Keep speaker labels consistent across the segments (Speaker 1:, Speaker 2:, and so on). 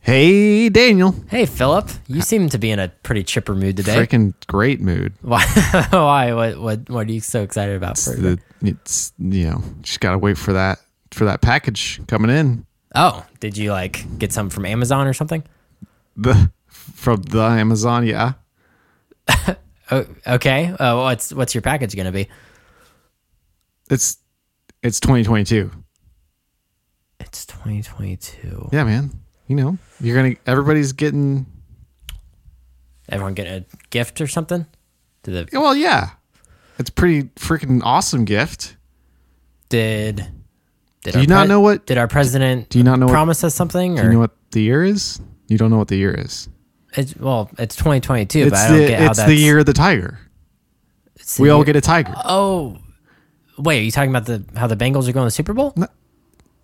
Speaker 1: Hey, Daniel.
Speaker 2: Hey, Philip. You seem to be in a pretty chipper mood today.
Speaker 1: Freaking great mood.
Speaker 2: Why? Why? What? What? What are you so excited about? For?
Speaker 1: The, it's you know just gotta wait for that for that package coming in.
Speaker 2: oh, did you like get some from Amazon or something?
Speaker 1: The from the Amazon, yeah.
Speaker 2: Oh, okay. Oh, what's what's your package gonna be?
Speaker 1: It's it's 2022.
Speaker 2: It's 2022.
Speaker 1: Yeah, man. You know you're gonna everybody's getting
Speaker 2: Everyone get a gift or something? Did the,
Speaker 1: well, yeah. It's a pretty freaking awesome gift.
Speaker 2: did did
Speaker 1: Do
Speaker 2: our
Speaker 1: you not
Speaker 2: pre-
Speaker 1: know what-
Speaker 2: did our president
Speaker 1: do you not know what-
Speaker 2: promise us something or
Speaker 1: Do you know what the year is? You don't know what the year is.
Speaker 2: it's, well it's 2022 but
Speaker 1: It's
Speaker 2: I don't
Speaker 1: the
Speaker 2: get how
Speaker 1: it's
Speaker 2: that's
Speaker 1: the year of the tiger.
Speaker 2: it's the
Speaker 1: We all
Speaker 2: year-
Speaker 1: get a tiger.
Speaker 2: oh wait are you talking about the how the Bengals are going to the Super Bowl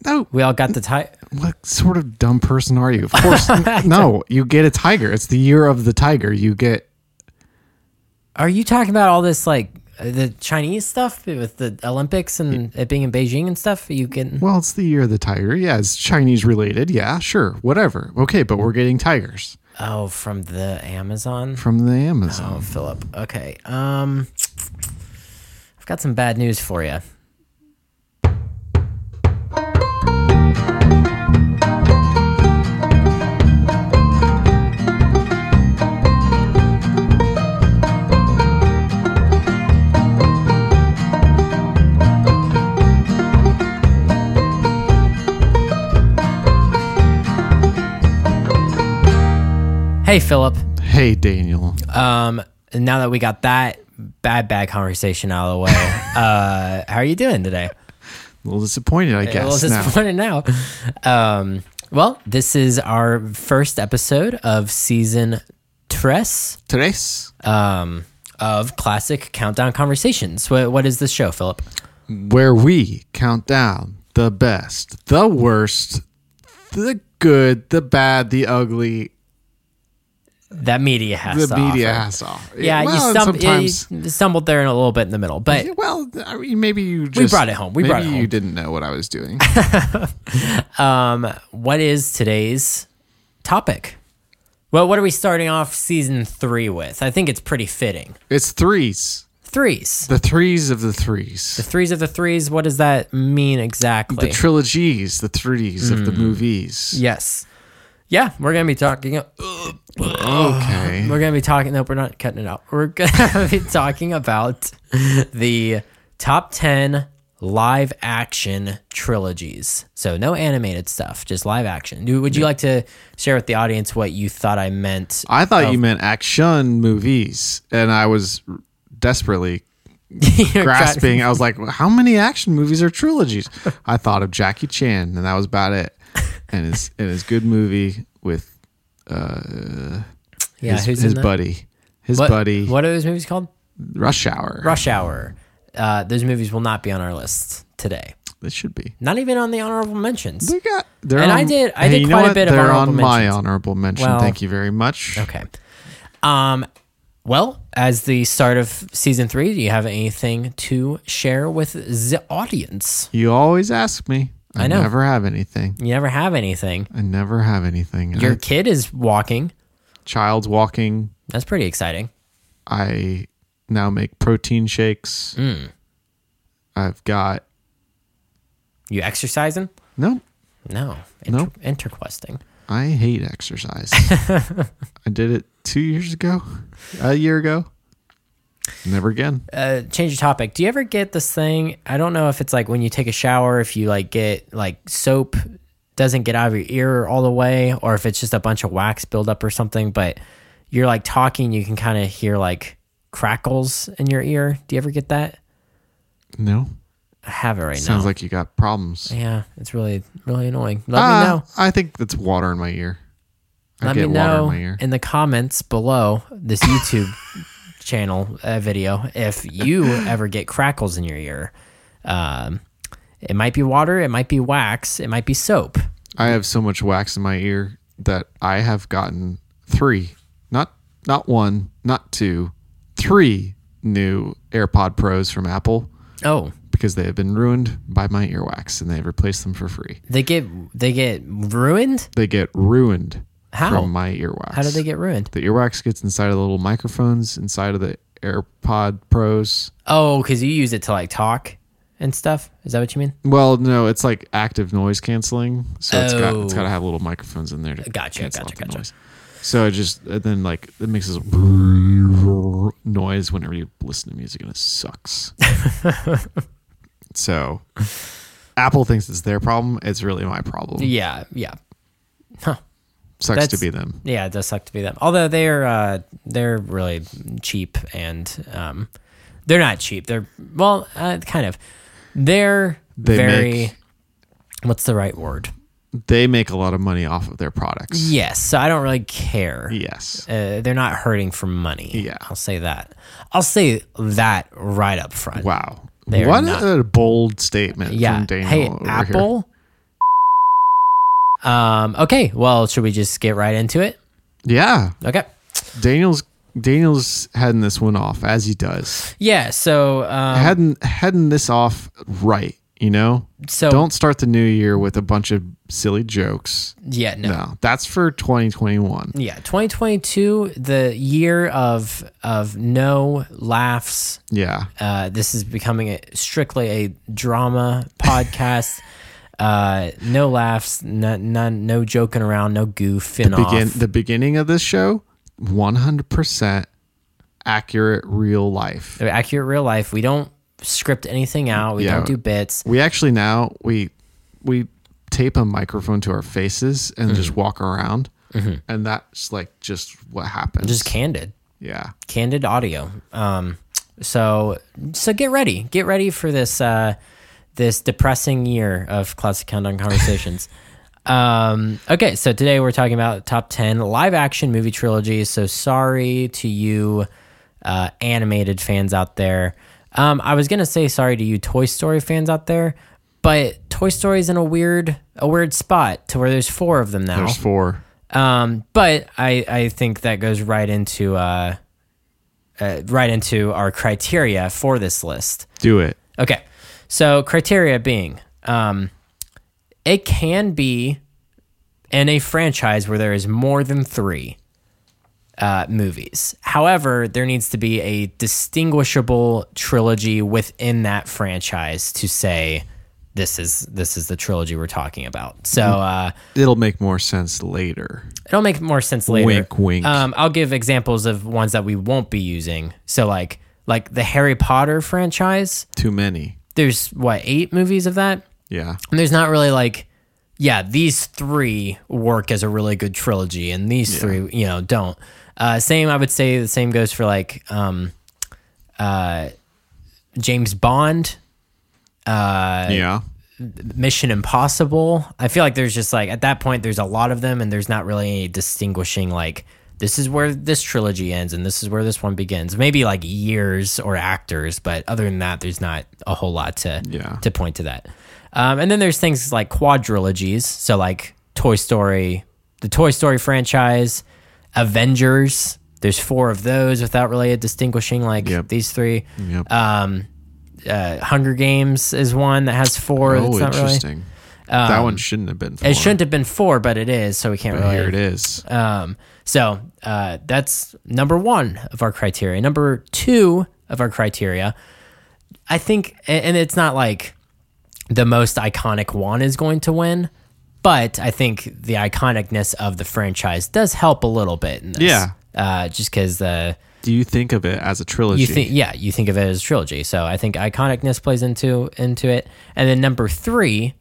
Speaker 1: No,
Speaker 2: we all got the tie
Speaker 1: What sort of dumb person are you? Of course, n- no. You get a tiger. It's the year of the tiger. You get
Speaker 2: Are you talking about all this like uh, the Chinese stuff with the Olympics and it being in Beijing and stuff? Are you getting?
Speaker 1: well. It's the year of the tiger. Yeah, it's Chinese related. Yeah, sure, whatever. Okay, but we're getting tigers
Speaker 2: Oh, from the Amazon.
Speaker 1: from the Amazon.
Speaker 2: Oh, Philip. Okay. Um, I've got some bad news for you. Hey, Philip.
Speaker 1: Hey, Daniel.
Speaker 2: Um, now that we got that bad bad conversation out of the way, uh, how are you doing today?
Speaker 1: A little disappointed, I
Speaker 2: well,
Speaker 1: guess. now.
Speaker 2: disappointed now. Um, well, this is our first episode of season tres
Speaker 1: Tres.
Speaker 2: um, of classic countdown conversations. What, what is this show, Philip?
Speaker 1: where we count down the best, the worst, the good, the bad, the ugly,
Speaker 2: That media has
Speaker 1: the
Speaker 2: to
Speaker 1: media
Speaker 2: offer.
Speaker 1: has to offer.
Speaker 2: Yeah,
Speaker 1: well,
Speaker 2: you,
Speaker 1: and
Speaker 2: stum- yeah, you
Speaker 1: sometimes.
Speaker 2: stumbled there in a little bit in the middle, but
Speaker 1: well, I mean, maybe you just
Speaker 2: brought it home. We brought
Speaker 1: maybe
Speaker 2: it home.
Speaker 1: You didn't know what I was doing.
Speaker 2: Um, what is today's topic? Well, what are we starting off season three with? I think it's pretty fitting.
Speaker 1: It's threes.
Speaker 2: Threes.
Speaker 1: The threes of the threes.
Speaker 2: The threes of the threes. What does that mean
Speaker 1: The
Speaker 2: exactly?
Speaker 1: trilogies, the threes of the
Speaker 2: Hmm.
Speaker 1: movies.
Speaker 2: yes. Yeah, we're gonna be talking.
Speaker 1: Okay.
Speaker 2: We're gonna be talking. Nope, we're not cutting it out. We're gonna be talking about the top ten live action trilogies. So no animated stuff, just live action. Do- Would you like to share with the audience what you thought I meant?
Speaker 1: I thought you meant action movies, and I was desperately
Speaker 2: You're trying-
Speaker 1: grasping. I was like, how many action movies are trilogies? I thought of Jackie Chan, and that was about it. And his and his good movie with
Speaker 2: Yeah,
Speaker 1: his,
Speaker 2: who's
Speaker 1: his
Speaker 2: in that?
Speaker 1: buddy, his
Speaker 2: What-
Speaker 1: buddy,
Speaker 2: What are those movies called?
Speaker 1: Rush Hour.
Speaker 2: Rush Hour. Uh, those movies will not be on our list today.
Speaker 1: It should be.
Speaker 2: Not even on the honorable mentions.
Speaker 1: They got. They're
Speaker 2: And I
Speaker 1: on-
Speaker 2: did- I
Speaker 1: Hey,
Speaker 2: did
Speaker 1: you know
Speaker 2: quite a
Speaker 1: what?
Speaker 2: bit of
Speaker 1: They're on
Speaker 2: honorable
Speaker 1: my
Speaker 2: mentions.
Speaker 1: honorable mention.
Speaker 2: Well-
Speaker 1: Thank you very much.
Speaker 2: Okay. Um. Well, as the start of season three, do you have anything to share with the audience?
Speaker 1: You always ask me. I,
Speaker 2: I know.
Speaker 1: never have anything.
Speaker 2: You never have anything.
Speaker 1: I never have anything.
Speaker 2: Your
Speaker 1: I,
Speaker 2: kid is walking.
Speaker 1: child's walking.
Speaker 2: That's pretty exciting.
Speaker 1: I now make protein shakes.
Speaker 2: Mm.
Speaker 1: I've got
Speaker 2: You exercising?
Speaker 1: no.
Speaker 2: No.
Speaker 1: No.
Speaker 2: Interquesting.
Speaker 1: I hate exercise. I did it two years ago, a year ago. Never again.
Speaker 2: uh, change the topic. Do you ever get this thing? I don't know if it's like when you take a shower, if you like get like soap doesn't get out of your ear all the way, or if it's just a bunch of wax buildup or something, but you're like talking, you can kind of hear like crackles in your ear. Do you ever get that?
Speaker 1: No.
Speaker 2: I have it right
Speaker 1: Sounds
Speaker 2: now.
Speaker 1: like you got problems.
Speaker 2: yeah, it's really, really annoying. Let me
Speaker 1: Ah,
Speaker 2: know.
Speaker 1: I think that's water in my ear. I
Speaker 2: Let me
Speaker 1: get water in
Speaker 2: know
Speaker 1: my ear.
Speaker 2: in the comments below this YouTube channel uh, video if you ever get crackles in your ear. Um, it might be water, it might be wax, it might be soap.
Speaker 1: I have so much wax in my ear that I have gotten three, not not one, not two, three new AirPod Pros from Apple
Speaker 2: Oh,
Speaker 1: because they have been ruined by my earwax and they replaced them for free.
Speaker 2: they get they get ruined.
Speaker 1: They get ruined.
Speaker 2: How?
Speaker 1: from my earwax.
Speaker 2: How did they get ruined?
Speaker 1: The earwax gets inside of the little microphones inside of the AirPod Pros.
Speaker 2: Oh, because you use it to like talk and stuff. Is that what you mean?
Speaker 1: Well, no, it's like active noise canceling, so it's got it's
Speaker 2: Oh.
Speaker 1: got to have little microphones in there to
Speaker 2: Gotcha,
Speaker 1: cancel
Speaker 2: gotcha,
Speaker 1: out the
Speaker 2: gotcha.
Speaker 1: noise. So it just and then like it makes this noise whenever you listen to music, and it sucks. so Apple thinks it's their problem. It's really my problem.
Speaker 2: Yeah, yeah,
Speaker 1: Sucks to
Speaker 2: that's-
Speaker 1: be them.
Speaker 2: yeah. It does suck to be them. Although they're uh, they're really cheap and um, they're not cheap. They're well, uh, kind of. They're
Speaker 1: They
Speaker 2: very.
Speaker 1: make-
Speaker 2: what's the right word?
Speaker 1: They make a lot of money off of their products.
Speaker 2: Yes. So I don't really care.
Speaker 1: Yes.
Speaker 2: Uh, they're not hurting for money.
Speaker 1: Yeah.
Speaker 2: I'll say that. I'll say that right up front.
Speaker 1: Wow.
Speaker 2: They are
Speaker 1: What
Speaker 2: not-
Speaker 1: a bold statement
Speaker 2: Yeah.
Speaker 1: from Daniel
Speaker 2: Hey,
Speaker 1: over here.
Speaker 2: Apple. Um, okay. Well, should we just get right into it?
Speaker 1: Yeah.
Speaker 2: Okay.
Speaker 1: Daniel's Daniel's heading this one off as he does.
Speaker 2: Yeah. So, um,
Speaker 1: heading heading this off right, you know?
Speaker 2: so
Speaker 1: Don't start the new year with a bunch of silly jokes.
Speaker 2: yeah, no.
Speaker 1: No. That's for 2021.
Speaker 2: Yeah. 2022, the year of, of no laughs.
Speaker 1: Yeah.
Speaker 2: Uh, this is becoming a, strictly a drama podcast. uh, no laughs, no, none, no joking around, no goofing
Speaker 1: Begin
Speaker 2: off.
Speaker 1: the beginning of this show 100% accurate real life.
Speaker 2: They're accurate real life. We don't script anything out. We
Speaker 1: Yeah.
Speaker 2: don't do bits.
Speaker 1: We actually now we we tape a microphone to our faces and
Speaker 2: Mm-hmm.
Speaker 1: just walk around. And that's like just what happens.
Speaker 2: Just candid,
Speaker 1: yeah.
Speaker 2: candid audio. Um, so so get ready, get ready for this uh, this depressing year of classic countdown conversations. um, okay, so today we're talking about top ten live action movie trilogies. So sorry to you, uh, animated fans out there. Um, I was gonna say sorry to you, Toy Story fans out there. But Toy Story's in a weird, a weird spot to where there's four of them now.
Speaker 1: There's four.
Speaker 2: Um, but I, I think that goes right into uh, uh, right into our criteria for this list.
Speaker 1: Do it.
Speaker 2: Okay, so criteria being, um, it can be in a franchise where there is more than three uh, movies. However, there needs to be a distinguishable trilogy within that franchise to say this is this is the trilogy we're talking about. So. Uh,
Speaker 1: It'll make more sense later.
Speaker 2: It'll make more sense later.
Speaker 1: Wink, wink.
Speaker 2: Um, I'll give examples of ones that we won't be using. So like like the Harry Potter franchise.
Speaker 1: Too many.
Speaker 2: There's what eight movies of that,
Speaker 1: Yeah.
Speaker 2: and there's not really like, yeah, these three work as a really good trilogy, and these three you know don't. Uh, same, I would say the same goes for like um, uh, James Bond,
Speaker 1: yeah.
Speaker 2: Mission Impossible. I feel like there's just like at that point there's a lot of them and there's not really any distinguishing like this is where this trilogy ends and this is where this one begins. Maybe like years or actors, but other than that there's not a whole lot to
Speaker 1: Yeah.
Speaker 2: to point to that. Um, and then there's things like quadrilogies, so like Toy Story, the Toy Story franchise, Avengers. There's four of those without really a distinguishing like
Speaker 1: Yep.
Speaker 2: these three.
Speaker 1: Yep.
Speaker 2: Um, uh, Hunger Games is one that has four.
Speaker 1: oh,
Speaker 2: that's not really- Um,
Speaker 1: interesting. that one shouldn't have been. Four.
Speaker 2: it shouldn't have been four, but it is, so we can't really.
Speaker 1: Here it is.
Speaker 2: Um, so uh, that's number one of our criteria. Number two of our criteria, I think, a- and it's not like the most iconic one is going to win, but I think the iconicness of the franchise does help a little bit in this.
Speaker 1: Yeah.
Speaker 2: Uh, just because the
Speaker 1: Do you think of it as a trilogy?
Speaker 2: you think yeah you think of it as a trilogy so i think iconicness plays into into it and then number three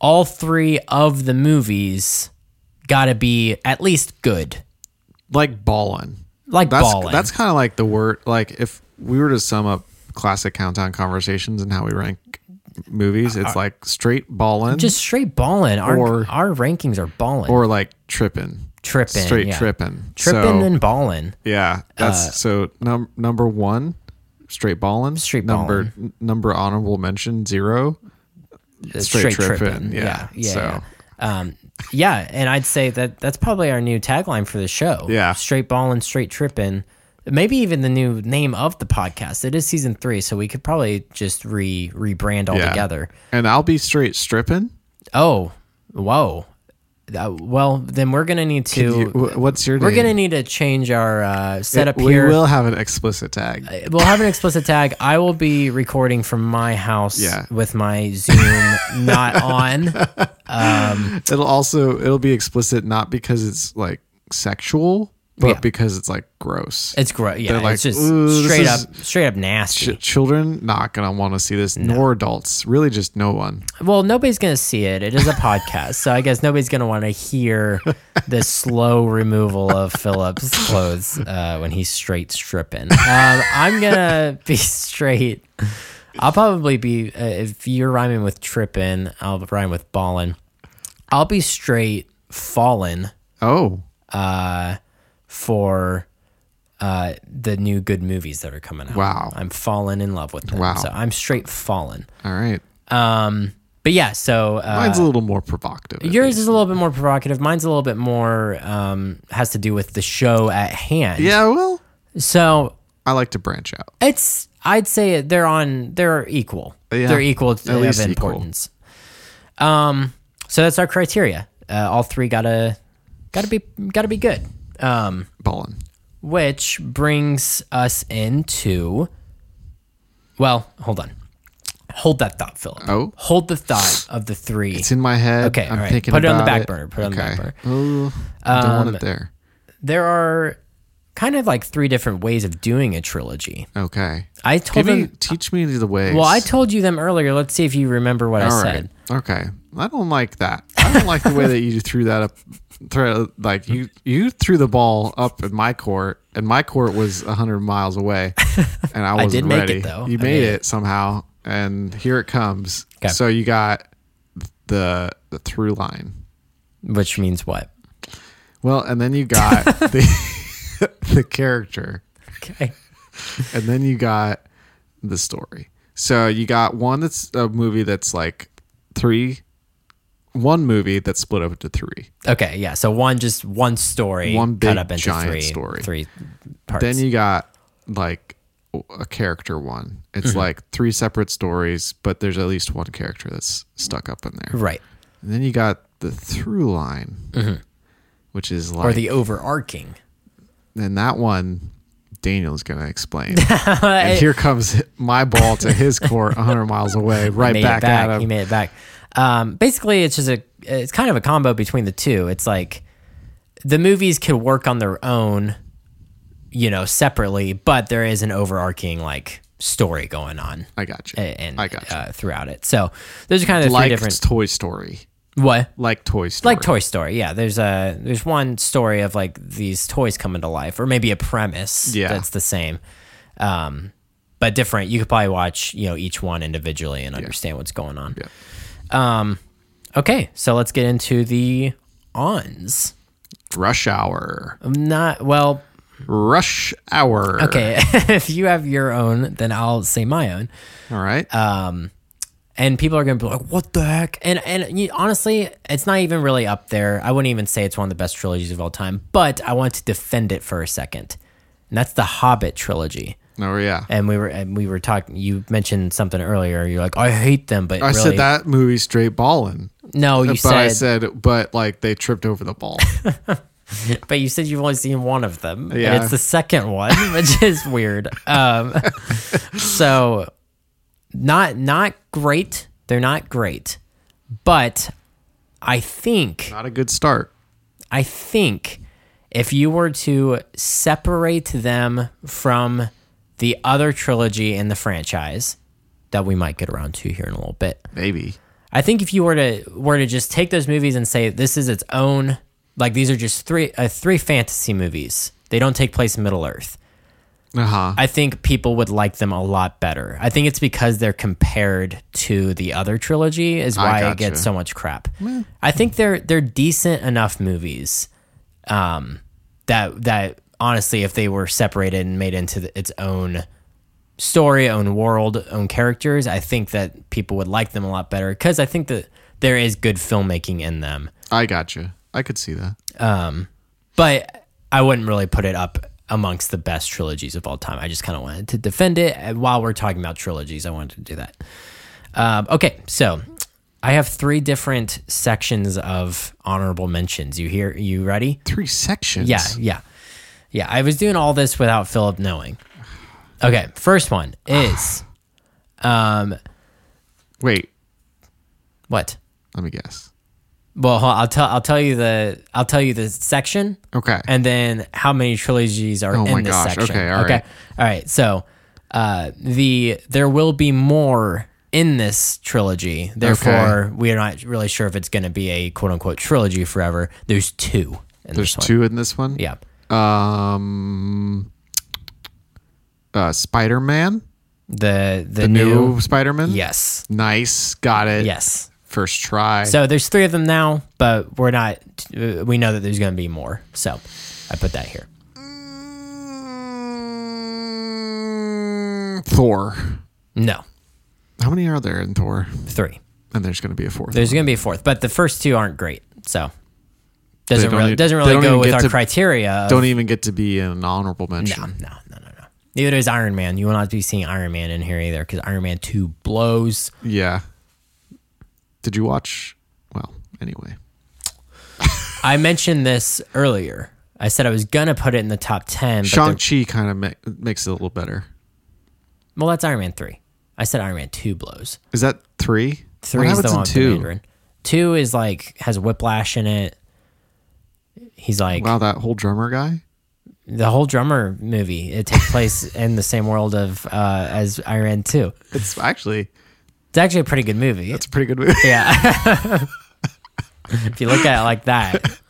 Speaker 2: all three of the movies gotta be at least good
Speaker 1: like ballin.
Speaker 2: like
Speaker 1: That's
Speaker 2: ballin.
Speaker 1: that's kind of like the word. Like if we were to sum up classic countdown conversations and how we rank movies, it's like straight ballin
Speaker 2: Uh, just straight ballin our
Speaker 1: Or-
Speaker 2: our rankings are ballin
Speaker 1: or like trippin.
Speaker 2: tripping
Speaker 1: Straight
Speaker 2: yeah.
Speaker 1: trippin.
Speaker 2: tripping
Speaker 1: So,
Speaker 2: and ballin
Speaker 1: yeah, that's
Speaker 2: Uh,
Speaker 1: so num- number one, straight ballin.
Speaker 2: Straight
Speaker 1: number n- number honorable mention zero. Straight, trippin'. Yeah.
Speaker 2: Uh, yeah,
Speaker 1: So.
Speaker 2: yeah. Um, yeah, and I'd say that that's probably our new tagline for the show.
Speaker 1: Yeah.
Speaker 2: straight ballin', straight tripping. Maybe even the new name of the podcast. It is season three, so we could probably just re rebrand altogether.
Speaker 1: And I'll be straight stripping.
Speaker 2: Oh, whoa, Uh, well, then we're gonna need to.
Speaker 1: You- wh- what's your name?
Speaker 2: we're gonna need to change our uh, setup
Speaker 1: we
Speaker 2: here.
Speaker 1: will have an explicit tag.
Speaker 2: We'll have an explicit tag. I will be recording from my house
Speaker 1: Yeah.
Speaker 2: with my Zoom not on.
Speaker 1: It'll also it'll be explicit not because it's like sexual, but
Speaker 2: Yeah.
Speaker 1: because it's like gross.
Speaker 2: It's gross. Yeah,
Speaker 1: like,
Speaker 2: it's just
Speaker 1: "Ooh, this
Speaker 2: straight
Speaker 1: is-
Speaker 2: up, straight up nasty.
Speaker 1: Ch- children not gonna want to see this, nor adults. Really, just no one.
Speaker 2: well, nobody's gonna see it. It is a podcast, so I guess nobody's gonna want to hear the slow removal of Philip's clothes uh, when he's straight stripping. Um, I'm gonna be straight. I'll probably be uh, if you're rhyming with tripping, I'll rhyme with ballin. I'll be straight fallen
Speaker 1: Oh,
Speaker 2: for uh, the new good movies that are coming out.
Speaker 1: Wow.
Speaker 2: I'm falling in love with them.
Speaker 1: Wow.
Speaker 2: So I'm straight fallen.
Speaker 1: all right.
Speaker 2: Um, but yeah, so uh,
Speaker 1: Mine's a little more provocative. I
Speaker 2: yours is a little bit more provocative. Mine's a little bit more um, has to do with the show at hand.
Speaker 1: think. Yeah, well,
Speaker 2: So
Speaker 1: I like to branch out.
Speaker 2: it's I'd say they're on they're equal.
Speaker 1: Yeah,
Speaker 2: they're equal
Speaker 1: at least
Speaker 2: of
Speaker 1: equal.
Speaker 2: importance. Um, so that's our criteria. Uh, all three gotta gotta be gotta be good. Um,
Speaker 1: Ballin.
Speaker 2: which brings us into well hold on hold that thought philip
Speaker 1: Oh.
Speaker 2: hold the thought of the three
Speaker 1: It's in my head.
Speaker 2: Okay,
Speaker 1: I'm
Speaker 2: all right.
Speaker 1: thinking
Speaker 2: Put it on the
Speaker 1: about
Speaker 2: back burner. Put it on the back burner. Um,
Speaker 1: Oh, I don't want it there.
Speaker 2: there are kind of like three different ways of doing a trilogy
Speaker 1: Okay.
Speaker 2: i told
Speaker 1: Give me,
Speaker 2: them
Speaker 1: teach me the ways.
Speaker 2: uh, well i told you them earlier let's see if you remember what
Speaker 1: All
Speaker 2: i
Speaker 1: right.
Speaker 2: said
Speaker 1: Okay. I don't like that. I don't like the way that you threw that up. Throw, like you, you threw the ball up in my court, and my court was hundred miles away, and I wasn't
Speaker 2: did make it,
Speaker 1: ready.
Speaker 2: though.
Speaker 1: You made
Speaker 2: I made
Speaker 1: it somehow, and here it comes.
Speaker 2: 'Kay.
Speaker 1: So you got the the through line.
Speaker 2: which means what
Speaker 1: Well, and then you got the the character,
Speaker 2: okay
Speaker 1: and then you got the story. So you got one that's a movie that's like three, one movie that's split up into three.
Speaker 2: okay yeah so one just one story
Speaker 1: One
Speaker 2: cut
Speaker 1: big
Speaker 2: up into
Speaker 1: giant
Speaker 2: three
Speaker 1: story.
Speaker 2: three parts
Speaker 1: Then you got like a character one. It's
Speaker 2: Mm-hmm.
Speaker 1: like three separate stories, but there's at least one character that's stuck up in there.
Speaker 2: right Mm-hmm.
Speaker 1: And then you got the through line, which is like,
Speaker 2: or the overarching
Speaker 1: and that one Daniel's gonna explain. and here comes my ball to his court, 100 miles away, right
Speaker 2: made
Speaker 1: back,
Speaker 2: it back.
Speaker 1: at
Speaker 2: He
Speaker 1: him.
Speaker 2: made it back. Um, basically, it's just a it's kind of a combo between the two. It's like the movies could work on their own, you know, separately, but there is an overarching like story going on
Speaker 1: I got you.
Speaker 2: a- and
Speaker 1: I got you.
Speaker 2: uh, throughout it. So those are kind of the three
Speaker 1: like
Speaker 2: different
Speaker 1: Toy Story.
Speaker 2: what.
Speaker 1: Like Toy Story.
Speaker 2: Like Toy Story, yeah. There's a there's one story of like these toys coming to life, or maybe a premise
Speaker 1: Yeah.
Speaker 2: that's the same, um, but different. You could probably watch you know each one individually and understand what's going on. Um,
Speaker 1: Yeah.
Speaker 2: Okay, so let's get into the ons.
Speaker 1: Rush Hour.
Speaker 2: Not well.
Speaker 1: Rush Hour.
Speaker 2: Um, Okay, if you have your own, then I'll say my own,
Speaker 1: All right.
Speaker 2: Uh, and people are gonna be like, "What the heck?" And and you, honestly, it's not even really up there. I wouldn't even say it's one of the best trilogies of all time, but I want to defend it for a second, and that's the Hobbit trilogy.
Speaker 1: oh, yeah.
Speaker 2: And we were and we were talking. You mentioned something earlier. You're like, "I hate them," but
Speaker 1: I
Speaker 2: really,
Speaker 1: said that movie straight ballin'.
Speaker 2: No, you
Speaker 1: but I
Speaker 2: said,
Speaker 1: said, but like they tripped over the ball.
Speaker 2: but you said you've only seen one of them
Speaker 1: Yeah.
Speaker 2: and it's the second one which is weird um so not not great they're not great but i think
Speaker 1: Not a good start.
Speaker 2: i think if you were to separate them from the other trilogy in the franchise that we might get around to here in a little bit
Speaker 1: Maybe.
Speaker 2: I think if you were to were to just take those movies and say this is its own, like these are just three uh, three fantasy movies. They don't take place in Middle Earth.
Speaker 1: Uh huh.
Speaker 2: I think people would like them a lot better. I think it's because they're compared to the other trilogy is why it
Speaker 1: gotcha.
Speaker 2: gets so much crap. I think they're they're decent enough movies um, that that honestly, if they were separated and made into the, its own story, own world, own characters, I think that people would like them a lot better because I think that there is good filmmaking in them.
Speaker 1: I got you. I could see that.
Speaker 2: but I wouldn't really put it up amongst the best trilogies of all time. I just kind of wanted to defend it And while we're talking about trilogies. I wanted to do that. Um, okay, so I have three different sections of honorable mentions. You hear? You ready?
Speaker 1: Three sections.
Speaker 2: Yeah, yeah, yeah. I was doing all this without Philip knowing. Okay, first one is, um,
Speaker 1: Wait,
Speaker 2: what?
Speaker 1: let me guess.
Speaker 2: Well, hold on, I'll tell I'll tell you the I'll tell you the section.
Speaker 1: Okay.
Speaker 2: And then how many trilogies are
Speaker 1: Oh
Speaker 2: in
Speaker 1: my
Speaker 2: this
Speaker 1: gosh,
Speaker 2: section?
Speaker 1: okay, all right.
Speaker 2: All right. So, uh, the there will be more in this trilogy. Therefore, we are not really sure if it's going to be a quote unquote trilogy forever. There's two. In
Speaker 1: There's
Speaker 2: this one.
Speaker 1: two in this one.
Speaker 2: Yeah.
Speaker 1: Um. Uh, Spider Man,
Speaker 2: The the,
Speaker 1: the
Speaker 2: new,
Speaker 1: new Spider Man.
Speaker 2: Yes.
Speaker 1: Nice. Got it.
Speaker 2: Yes.
Speaker 1: First try.
Speaker 2: So there's three of them now, but we're not. uh, We know that there's going to be more. So I put that here.
Speaker 1: Mm, Thor.
Speaker 2: No,
Speaker 1: How many are there in Thor?
Speaker 2: three.
Speaker 1: And there's going to be a fourth.
Speaker 2: There's going to be a fourth, but the first two aren't great. So doesn't
Speaker 1: don't
Speaker 2: really
Speaker 1: e-
Speaker 2: doesn't
Speaker 1: they
Speaker 2: really
Speaker 1: don't
Speaker 2: go
Speaker 1: even
Speaker 2: with
Speaker 1: get
Speaker 2: our
Speaker 1: to-
Speaker 2: criteria. of-
Speaker 1: Don't even get to be an honorable mention.
Speaker 2: no, no, no, no, no. Neither is Iron Man. You will not be seeing Iron Man in here either because Iron Man two blows.
Speaker 1: Yeah. Did you watch? Well, anyway.
Speaker 2: I mentioned this earlier. I said I was gonna put it in the top ten. But
Speaker 1: Shang
Speaker 2: the-
Speaker 1: Chi kind of ma- makes it a little better.
Speaker 2: well, that's Iron Man three. I said Iron Man two blows.
Speaker 1: Is that three?
Speaker 2: Three is the
Speaker 1: happens
Speaker 2: one
Speaker 1: in
Speaker 2: with the Mandarin. Two is like has whiplash in it. He's like
Speaker 1: Wow, that whole drummer guy.
Speaker 2: the whole drummer movie. It takes place in the same world of uh, as Iron Man two.
Speaker 1: It's actually
Speaker 2: It's actually a pretty good movie.
Speaker 1: it's a pretty good movie.
Speaker 2: yeah. if you look at it like that.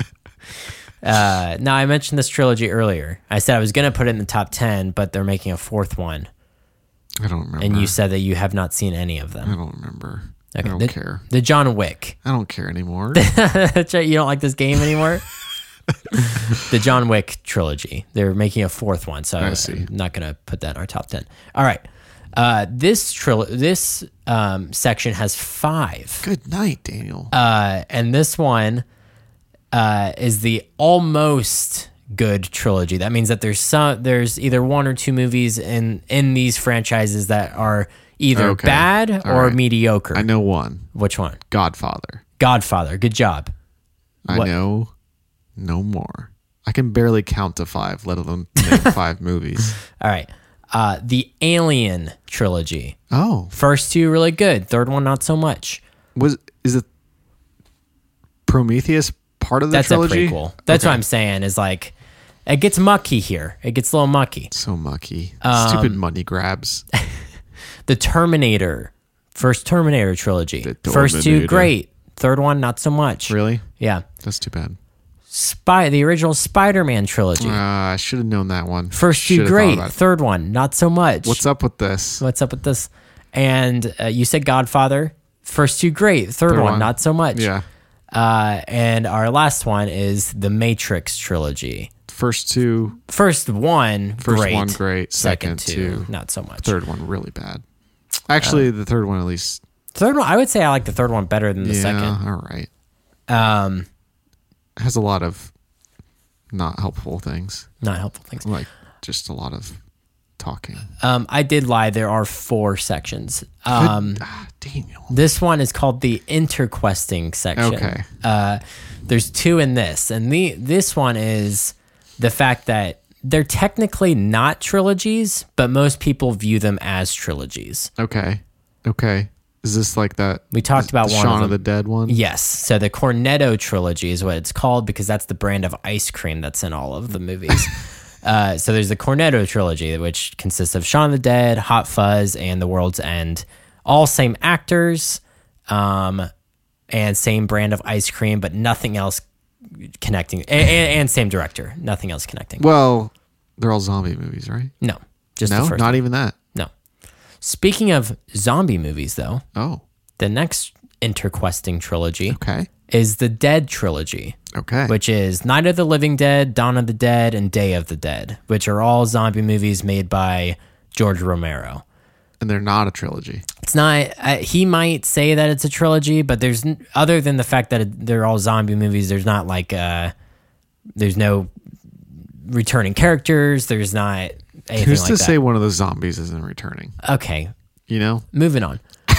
Speaker 2: Uh, now, I mentioned this trilogy earlier. I said I was going to put it in the top 10, but they're making a fourth one.
Speaker 1: I don't remember.
Speaker 2: And you said that you have not seen any of
Speaker 1: I
Speaker 2: them.
Speaker 1: don't remember.
Speaker 2: Okay,
Speaker 1: I don't
Speaker 2: the,
Speaker 1: care.
Speaker 2: The John Wick.
Speaker 1: I don't care anymore.
Speaker 2: you don't like this game anymore? the John Wick trilogy. They're making a fourth one, so I
Speaker 1: see.
Speaker 2: am not going to put that in our top 10. All right. Uh, this tril- this um, section has five.
Speaker 1: good night, Daniel.
Speaker 2: Uh, and this one uh, is the almost good trilogy. That means that there's some there's either one or two movies in in these franchises that are either
Speaker 1: Okay.
Speaker 2: bad or
Speaker 1: right.
Speaker 2: mediocre.
Speaker 1: I know one.
Speaker 2: Which one?
Speaker 1: Godfather.
Speaker 2: Godfather. Good job.
Speaker 1: I
Speaker 2: What?
Speaker 1: know no more. I can barely count to five, let alone name five movies.
Speaker 2: All right. Uh, the Alien trilogy.
Speaker 1: Oh,
Speaker 2: First two really good. Third one not so much.
Speaker 1: was is it Prometheus part of the
Speaker 2: That's
Speaker 1: trilogy?
Speaker 2: a prequel. That's what I'm saying. Is like it gets mucky here. It gets a little mucky.
Speaker 1: So mucky.
Speaker 2: Um,
Speaker 1: Stupid money grabs.
Speaker 2: The Terminator, first Terminator trilogy.
Speaker 1: The
Speaker 2: First
Speaker 1: Terminator.
Speaker 2: two great. Third one not so much.
Speaker 1: Really?
Speaker 2: Yeah.
Speaker 1: That's too bad.
Speaker 2: Spy the original Spider-Man trilogy.
Speaker 1: Uh, I should have known that one.
Speaker 2: first two
Speaker 1: Shoulda thought
Speaker 2: great.
Speaker 1: about it.
Speaker 2: Third one not so much.
Speaker 1: What's up with this?
Speaker 2: What's up with this? And uh, you said Godfather. First two great. Third, one,
Speaker 1: one.
Speaker 2: not so much.
Speaker 1: Yeah.
Speaker 2: Uh, and our last one is the Matrix trilogy.
Speaker 1: First two,
Speaker 2: First one
Speaker 1: first
Speaker 2: great.
Speaker 1: one great, second, two,
Speaker 2: not so much.
Speaker 1: third one really bad. Actually,
Speaker 2: Uh,
Speaker 1: the third one at least.
Speaker 2: Third one, I would say I like the third one better than the
Speaker 1: yeah,
Speaker 2: second.
Speaker 1: all right.
Speaker 2: Um,
Speaker 1: Has a lot of not helpful things,
Speaker 2: not helpful things.
Speaker 1: like just a lot of talking.
Speaker 2: Um, I did lie. There are four sections.
Speaker 1: Good-
Speaker 2: Um,
Speaker 1: ah, Daniel.
Speaker 2: this one is called the interquesting section.
Speaker 1: Okay.
Speaker 2: Uh, there's two in this, and the this one is the fact that they're technically not trilogies, but most people view them as trilogies.
Speaker 1: Okay. Okay. Is this like that?
Speaker 2: We talked about
Speaker 1: the
Speaker 2: one
Speaker 1: Shaun
Speaker 2: of
Speaker 1: of,
Speaker 2: them.
Speaker 1: the Dead one.
Speaker 2: Yes, so the Cornetto trilogy is what it's called because that's the brand of ice cream that's in all of the movies. uh, so there's the Cornetto trilogy, which consists of Shaun of the Dead, Hot Fuzz, and The World's End. All same actors, um, and same brand of ice cream, but nothing else connecting, and, and, and same director, nothing else connecting.
Speaker 1: Well, they're all zombie movies, right?
Speaker 2: No, just
Speaker 1: No,
Speaker 2: the first.
Speaker 1: not even that.
Speaker 2: no. Speaking of zombie movies, though,
Speaker 1: Oh,
Speaker 2: the next interquesting trilogy
Speaker 1: okay.
Speaker 2: is the Dead trilogy.
Speaker 1: Okay.
Speaker 2: which is Night of the Living Dead, Dawn of the Dead, and Day of the Dead, which are all zombie movies made by George Romero.
Speaker 1: and they're not a trilogy.
Speaker 2: It's not, uh, he might say that it's a trilogy, but there's, n- other than the fact that it, they're all zombie movies, there's not like, uh, there's no returning characters, there's not anything
Speaker 1: Who's to
Speaker 2: like that.
Speaker 1: say one of those zombies isn't returning?
Speaker 2: okay,
Speaker 1: You know?
Speaker 2: moving on.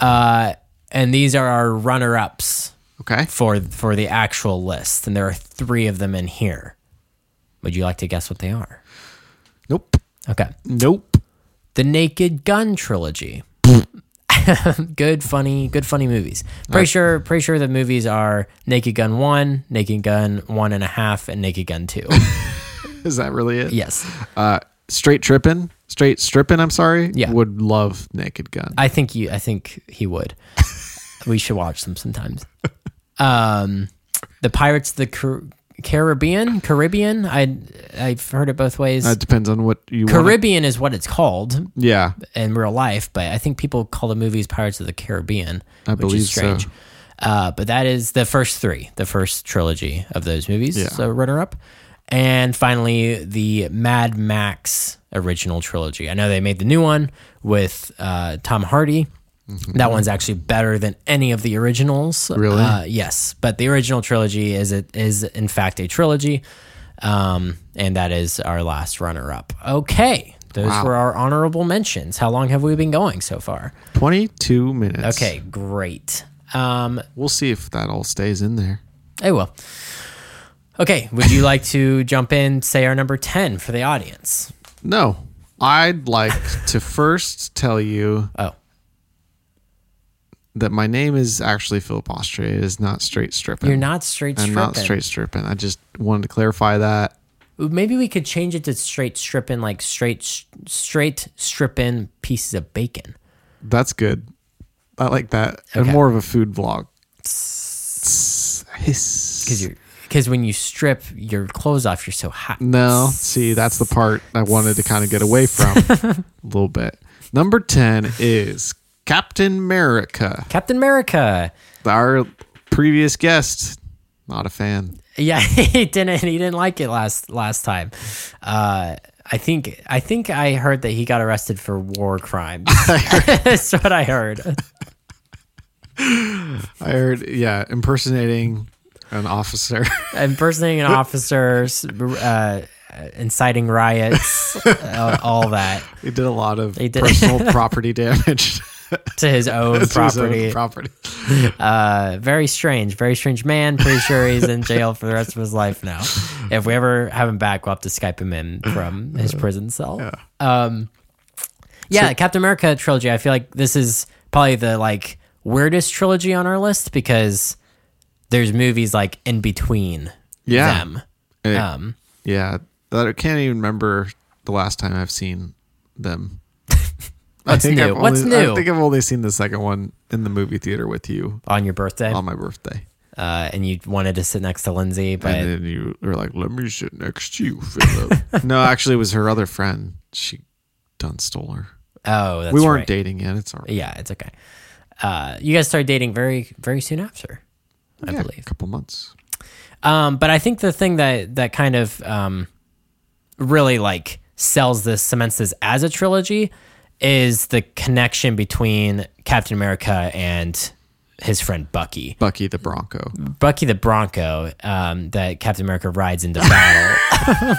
Speaker 2: uh, and these are our runner ups
Speaker 1: Okay.
Speaker 2: for for the actual list, and there are three of them in here. Would you like to guess what they are?
Speaker 1: Nope.
Speaker 2: Okay,
Speaker 1: Nope.
Speaker 2: the Naked Gun trilogy. good funny, good funny movies. Pretty sure, pretty sure the movies are Naked Gun one, Naked Gun one and a half, and Naked Gun two.
Speaker 1: Is that really it?
Speaker 2: yes,
Speaker 1: Uh, straight tripping, straight stripping. I'm sorry.
Speaker 2: Yeah.
Speaker 1: Would love Naked Gun.
Speaker 2: I think you. I think he would. we should watch them sometimes. Um, the Pirates of the Car- Caribbean, Caribbean. I I've heard it both ways.
Speaker 1: That Uh, depends on what you want.
Speaker 2: Caribbean is what it's called
Speaker 1: Yeah.
Speaker 2: in real life, but I think people call the movies Pirates of the Caribbean,
Speaker 1: I
Speaker 2: which
Speaker 1: believe
Speaker 2: is strange.
Speaker 1: so.
Speaker 2: Uh, but that is the first three, the first trilogy of those movies. So runner up. And finally, the Mad Max original trilogy. I know they made the new one with uh, Tom Hardy. That one's actually better than any of the originals.
Speaker 1: Really?
Speaker 2: Uh, yes, but the original trilogy is it is in fact a trilogy, um, and that is our last runner up. Okay, those were our honorable mentions. How long have we been going so far?
Speaker 1: 22 minutes.
Speaker 2: Okay, great. Um,
Speaker 1: We'll see if that all stays in there.
Speaker 2: I will. Okay, would you like to jump in, say our number 10 for the audience?
Speaker 1: No. I'd like to first tell you
Speaker 2: Oh,
Speaker 1: that my name is actually Philip Austria. It is not straight stripping.
Speaker 2: you're not straight
Speaker 1: I'm
Speaker 2: stripping.
Speaker 1: not straight stripping. I just wanted to clarify that.
Speaker 2: Maybe we could change it to straight stripping, like straight, s- straight stripping pieces of bacon.
Speaker 1: That's good. I like that. And
Speaker 2: Okay.
Speaker 1: more of a food vlog.
Speaker 2: Because
Speaker 1: Hiss.
Speaker 2: you're. Because when you strip your clothes off, you're so hot.
Speaker 1: No, see, that's the part I wanted to kind of get away from a little bit. Number 10 is Captain America.
Speaker 2: Captain America.
Speaker 1: Our previous guest, not a fan.
Speaker 2: Yeah, he didn't. He didn't like it last last time. Uh, I think. I think I heard that he got arrested for war crimes. That's what I heard.
Speaker 1: I heard, yeah, impersonating an officer.
Speaker 2: impersonating an officer, s- uh, inciting riots, uh, all that
Speaker 1: he did a lot of
Speaker 2: did.
Speaker 1: personal property damage
Speaker 2: to his
Speaker 1: to
Speaker 2: own
Speaker 1: his own
Speaker 2: property.
Speaker 1: property.
Speaker 2: uh, very strange, very strange man. Pretty sure he's in jail for the rest of his life now. If we ever have him back, we'll have to Skype him in from his prison cell. Yeah. Um, yeah, Captain America trilogy. I feel like this is probably the like weirdest trilogy on our list because there's movies like in between
Speaker 1: Yeah.
Speaker 2: them.
Speaker 1: It-
Speaker 2: Um,
Speaker 1: Yeah, that I can't even remember the last time I've seen them.
Speaker 2: What's
Speaker 1: I've
Speaker 2: new? What's
Speaker 1: only-
Speaker 2: new?
Speaker 1: I think I've only seen the second one in the movie theater with you
Speaker 2: on your birthday.
Speaker 1: on my birthday,
Speaker 2: uh, and you wanted to sit next to Lindsay,
Speaker 1: and
Speaker 2: but
Speaker 1: then you were like, "Let me sit next to you, Philip." no, actually, it was her other friend. She done stole her.
Speaker 2: oh, that's
Speaker 1: we weren't
Speaker 2: right.
Speaker 1: dating yet. It's all right.
Speaker 2: Yeah, it's okay. Uh, you guys started dating very, very soon after, I
Speaker 1: Yeah,
Speaker 2: believe.
Speaker 1: a couple months.
Speaker 2: Um, but I think the thing that that kind of um, really like sells this, cements this as a trilogy, is the connection between Captain America and his friend Bucky.
Speaker 1: Bucky the Bronco.
Speaker 2: Bucky the Bronco um, that Captain America rides into battle.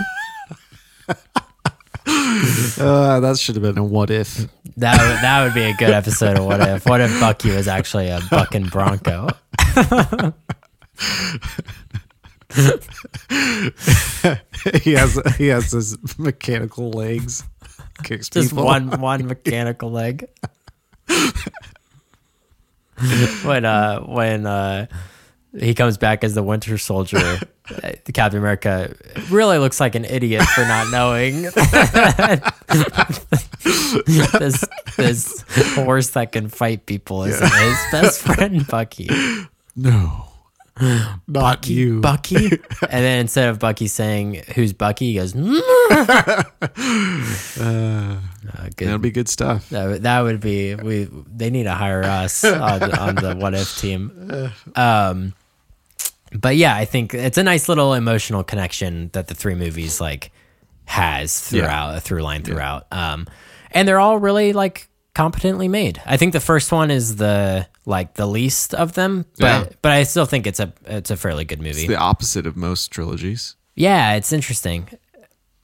Speaker 1: Uh, that should have been a what if.
Speaker 2: That would, that would be a good episode of what if what if Bucky was actually a bucking bronco.
Speaker 1: he has he has his mechanical legs. Kicks
Speaker 2: Just
Speaker 1: people.
Speaker 2: one one mechanical leg. when uh when uh he comes back as the Winter Soldier, uh, Captain America really looks like an idiot for not knowing this this horse that can fight people is his best friend Bucky.
Speaker 1: No, not you.
Speaker 2: Bucky. and then instead of Bucky saying who's Bucky, he goes. "Mm." Uh, good.
Speaker 1: That'll be good stuff.
Speaker 2: That, would- that would be we. They need to hire us on, on the what if team. Um, but yeah, I think it's a nice little emotional connection that the three movies like has throughout a through line throughout. Um, and they're all really like competently made. I think the first one is the like the least of them, but
Speaker 1: Yeah.
Speaker 2: but I still think it's a it's a fairly good movie.
Speaker 1: the opposite of most trilogies.
Speaker 2: Yeah, it's interesting.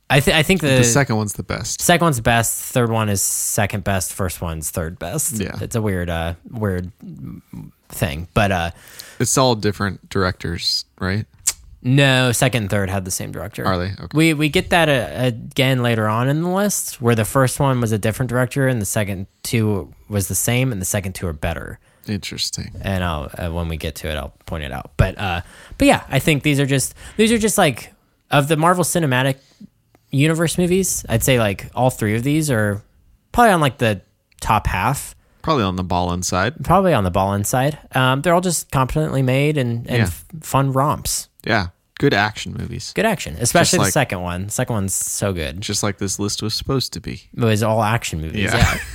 Speaker 2: I, th- I think the,
Speaker 1: The second one's the best.
Speaker 2: second one's best. Third one is second best. First one's third best.
Speaker 1: Yeah.
Speaker 2: it's a weird, uh, weird thing. But uh,
Speaker 1: It's all different directors, right?
Speaker 2: no, second and third had the same director.
Speaker 1: Are they? Okay.
Speaker 2: We we get that uh again later on in the list, where the first one was a different director, and the second two was the same, and the second two are better.
Speaker 1: Interesting.
Speaker 2: and I'll uh, when we get to it, I'll point it out. But uh, but yeah, I think these are just these are just like of the Marvel Cinematic Universe movies. I'd say like all three of these are probably on like the top half,
Speaker 1: Probably on the ball inside.
Speaker 2: probably on the ball inside. Um, they're all just competently made and and
Speaker 1: Yeah.
Speaker 2: f- fun romps.
Speaker 1: Yeah. Good action movies.
Speaker 2: Good action, especially the
Speaker 1: like-
Speaker 2: second one. The second one's so good.
Speaker 1: Just like this list was supposed to be.
Speaker 2: It was all action movies. Yeah.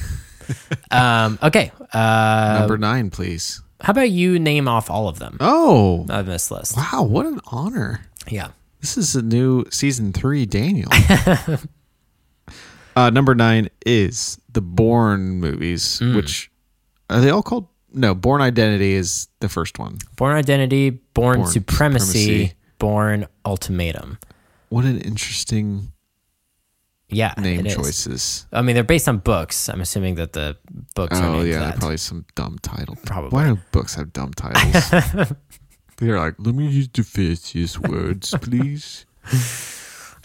Speaker 1: Yeah.
Speaker 2: Um, okay. Uh,
Speaker 1: Number nine, please.
Speaker 2: how about you name off all of them
Speaker 1: Oh.
Speaker 2: on this list?
Speaker 1: Wow. What an honor.
Speaker 2: Yeah.
Speaker 1: This is a new season three, Daniel. uh, number nine is the Born movies,
Speaker 2: Hmm.
Speaker 1: which are they all called? No, Born Identity is the first one.
Speaker 2: Born Identity, Born,
Speaker 1: Born
Speaker 2: Supremacy,
Speaker 1: Supremacy.
Speaker 2: Born Ultimatum.
Speaker 1: What an interesting
Speaker 2: Yeah,
Speaker 1: name
Speaker 2: it is.
Speaker 1: choices.
Speaker 2: I mean, they're based on books. I'm assuming that the books are
Speaker 1: Oh
Speaker 2: named
Speaker 1: yeah, they're
Speaker 2: that.
Speaker 1: probably some dumb title.
Speaker 2: Probably.
Speaker 1: Why do books have dumb titles? They're like, let me use the fanciest words, please.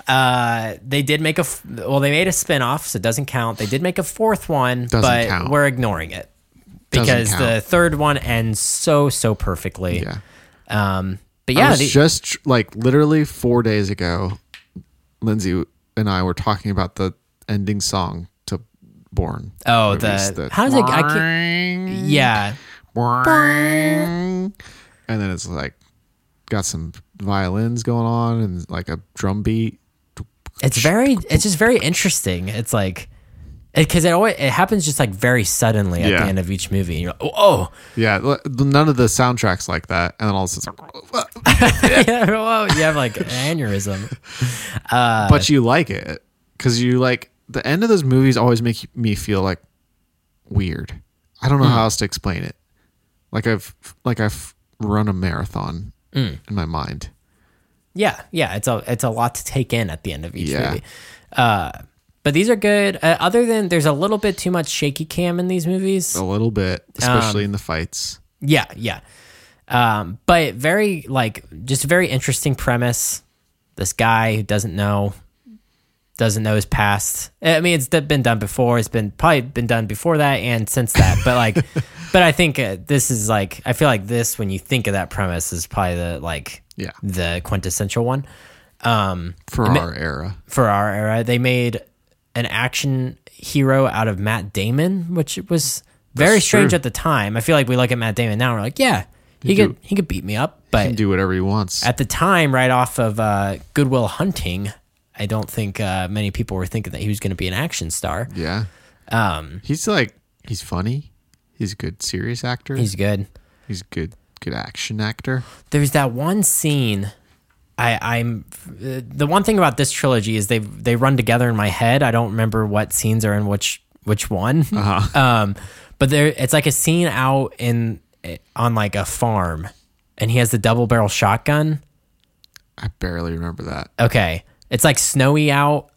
Speaker 2: Uh, they did make a f- well, they made a spin-off, so it doesn't count. They did make a fourth one,
Speaker 1: Doesn't
Speaker 2: but
Speaker 1: count.
Speaker 2: we're ignoring it
Speaker 1: Doesn't
Speaker 2: because the
Speaker 1: count.
Speaker 2: third one ends so so perfectly.
Speaker 1: Yeah.
Speaker 2: Um, but
Speaker 1: I
Speaker 2: yeah,
Speaker 1: was
Speaker 2: the,
Speaker 1: just like literally four days ago, Lindsay and I were talking about the ending song to Born.
Speaker 2: oh
Speaker 1: movies,
Speaker 2: the, how does it? I can't, yeah,
Speaker 1: And then it's like got some violins going on and like a drum beat.
Speaker 2: it's very it's just very interesting. It's like because it, always it happens just like very suddenly at
Speaker 1: Yeah.
Speaker 2: the end of each movie. And you're like, oh, oh
Speaker 1: Yeah, l- none of the soundtracks like that. And then all of a sudden, it's like,
Speaker 2: yeah, well, you have like an aneurysm.
Speaker 1: but you like it because you like the end of those movies always make me feel like weird. I
Speaker 2: Hmm.
Speaker 1: don't know how else to explain it. Like I've like I've run a marathon
Speaker 2: Hmm.
Speaker 1: in my mind.
Speaker 2: Yeah, yeah, it's a it's a lot to take in at the end of each
Speaker 1: Yeah.
Speaker 2: movie. Uh, but these are good. Uh, other than there's a little bit too much shaky cam in these movies.
Speaker 1: a little bit,
Speaker 2: Um,
Speaker 1: especially in the fights.
Speaker 2: Yeah, yeah. Um, but very like just very interesting premise. This guy who doesn't know doesn't know his past. I mean, it's d- been done before. It's been probably been done before that and since that. But like, but I think uh, this is like I feel like this when you think of that premise is probably the like
Speaker 1: Yeah,
Speaker 2: the quintessential one. Um,
Speaker 1: for our era.
Speaker 2: for our era. They made an action hero out of Matt Damon, which was very
Speaker 1: That's
Speaker 2: strange
Speaker 1: true.
Speaker 2: at the time. I feel like we look at Matt Damon now and we're like, yeah, he, could he could beat me up,
Speaker 1: He can
Speaker 2: but
Speaker 1: do whatever he wants.
Speaker 2: at the time, right off of uh, Goodwill Hunting, I don't think uh, many people were thinking that he was going to be an action star.
Speaker 1: yeah,
Speaker 2: Um,
Speaker 1: he's like he's funny. He's a good serious actor. He's,
Speaker 2: he's good.
Speaker 1: a good good action actor.
Speaker 2: there's that one scene I, I'm uh, the one thing about this trilogy is they they run together in my head. I don't remember what scenes are in which which one.
Speaker 1: Uh-huh.
Speaker 2: Um, but there it's like a scene out in on like a farm, and he has the double barrel shotgun.
Speaker 1: I barely remember that.
Speaker 2: Okay, it's like snowy out,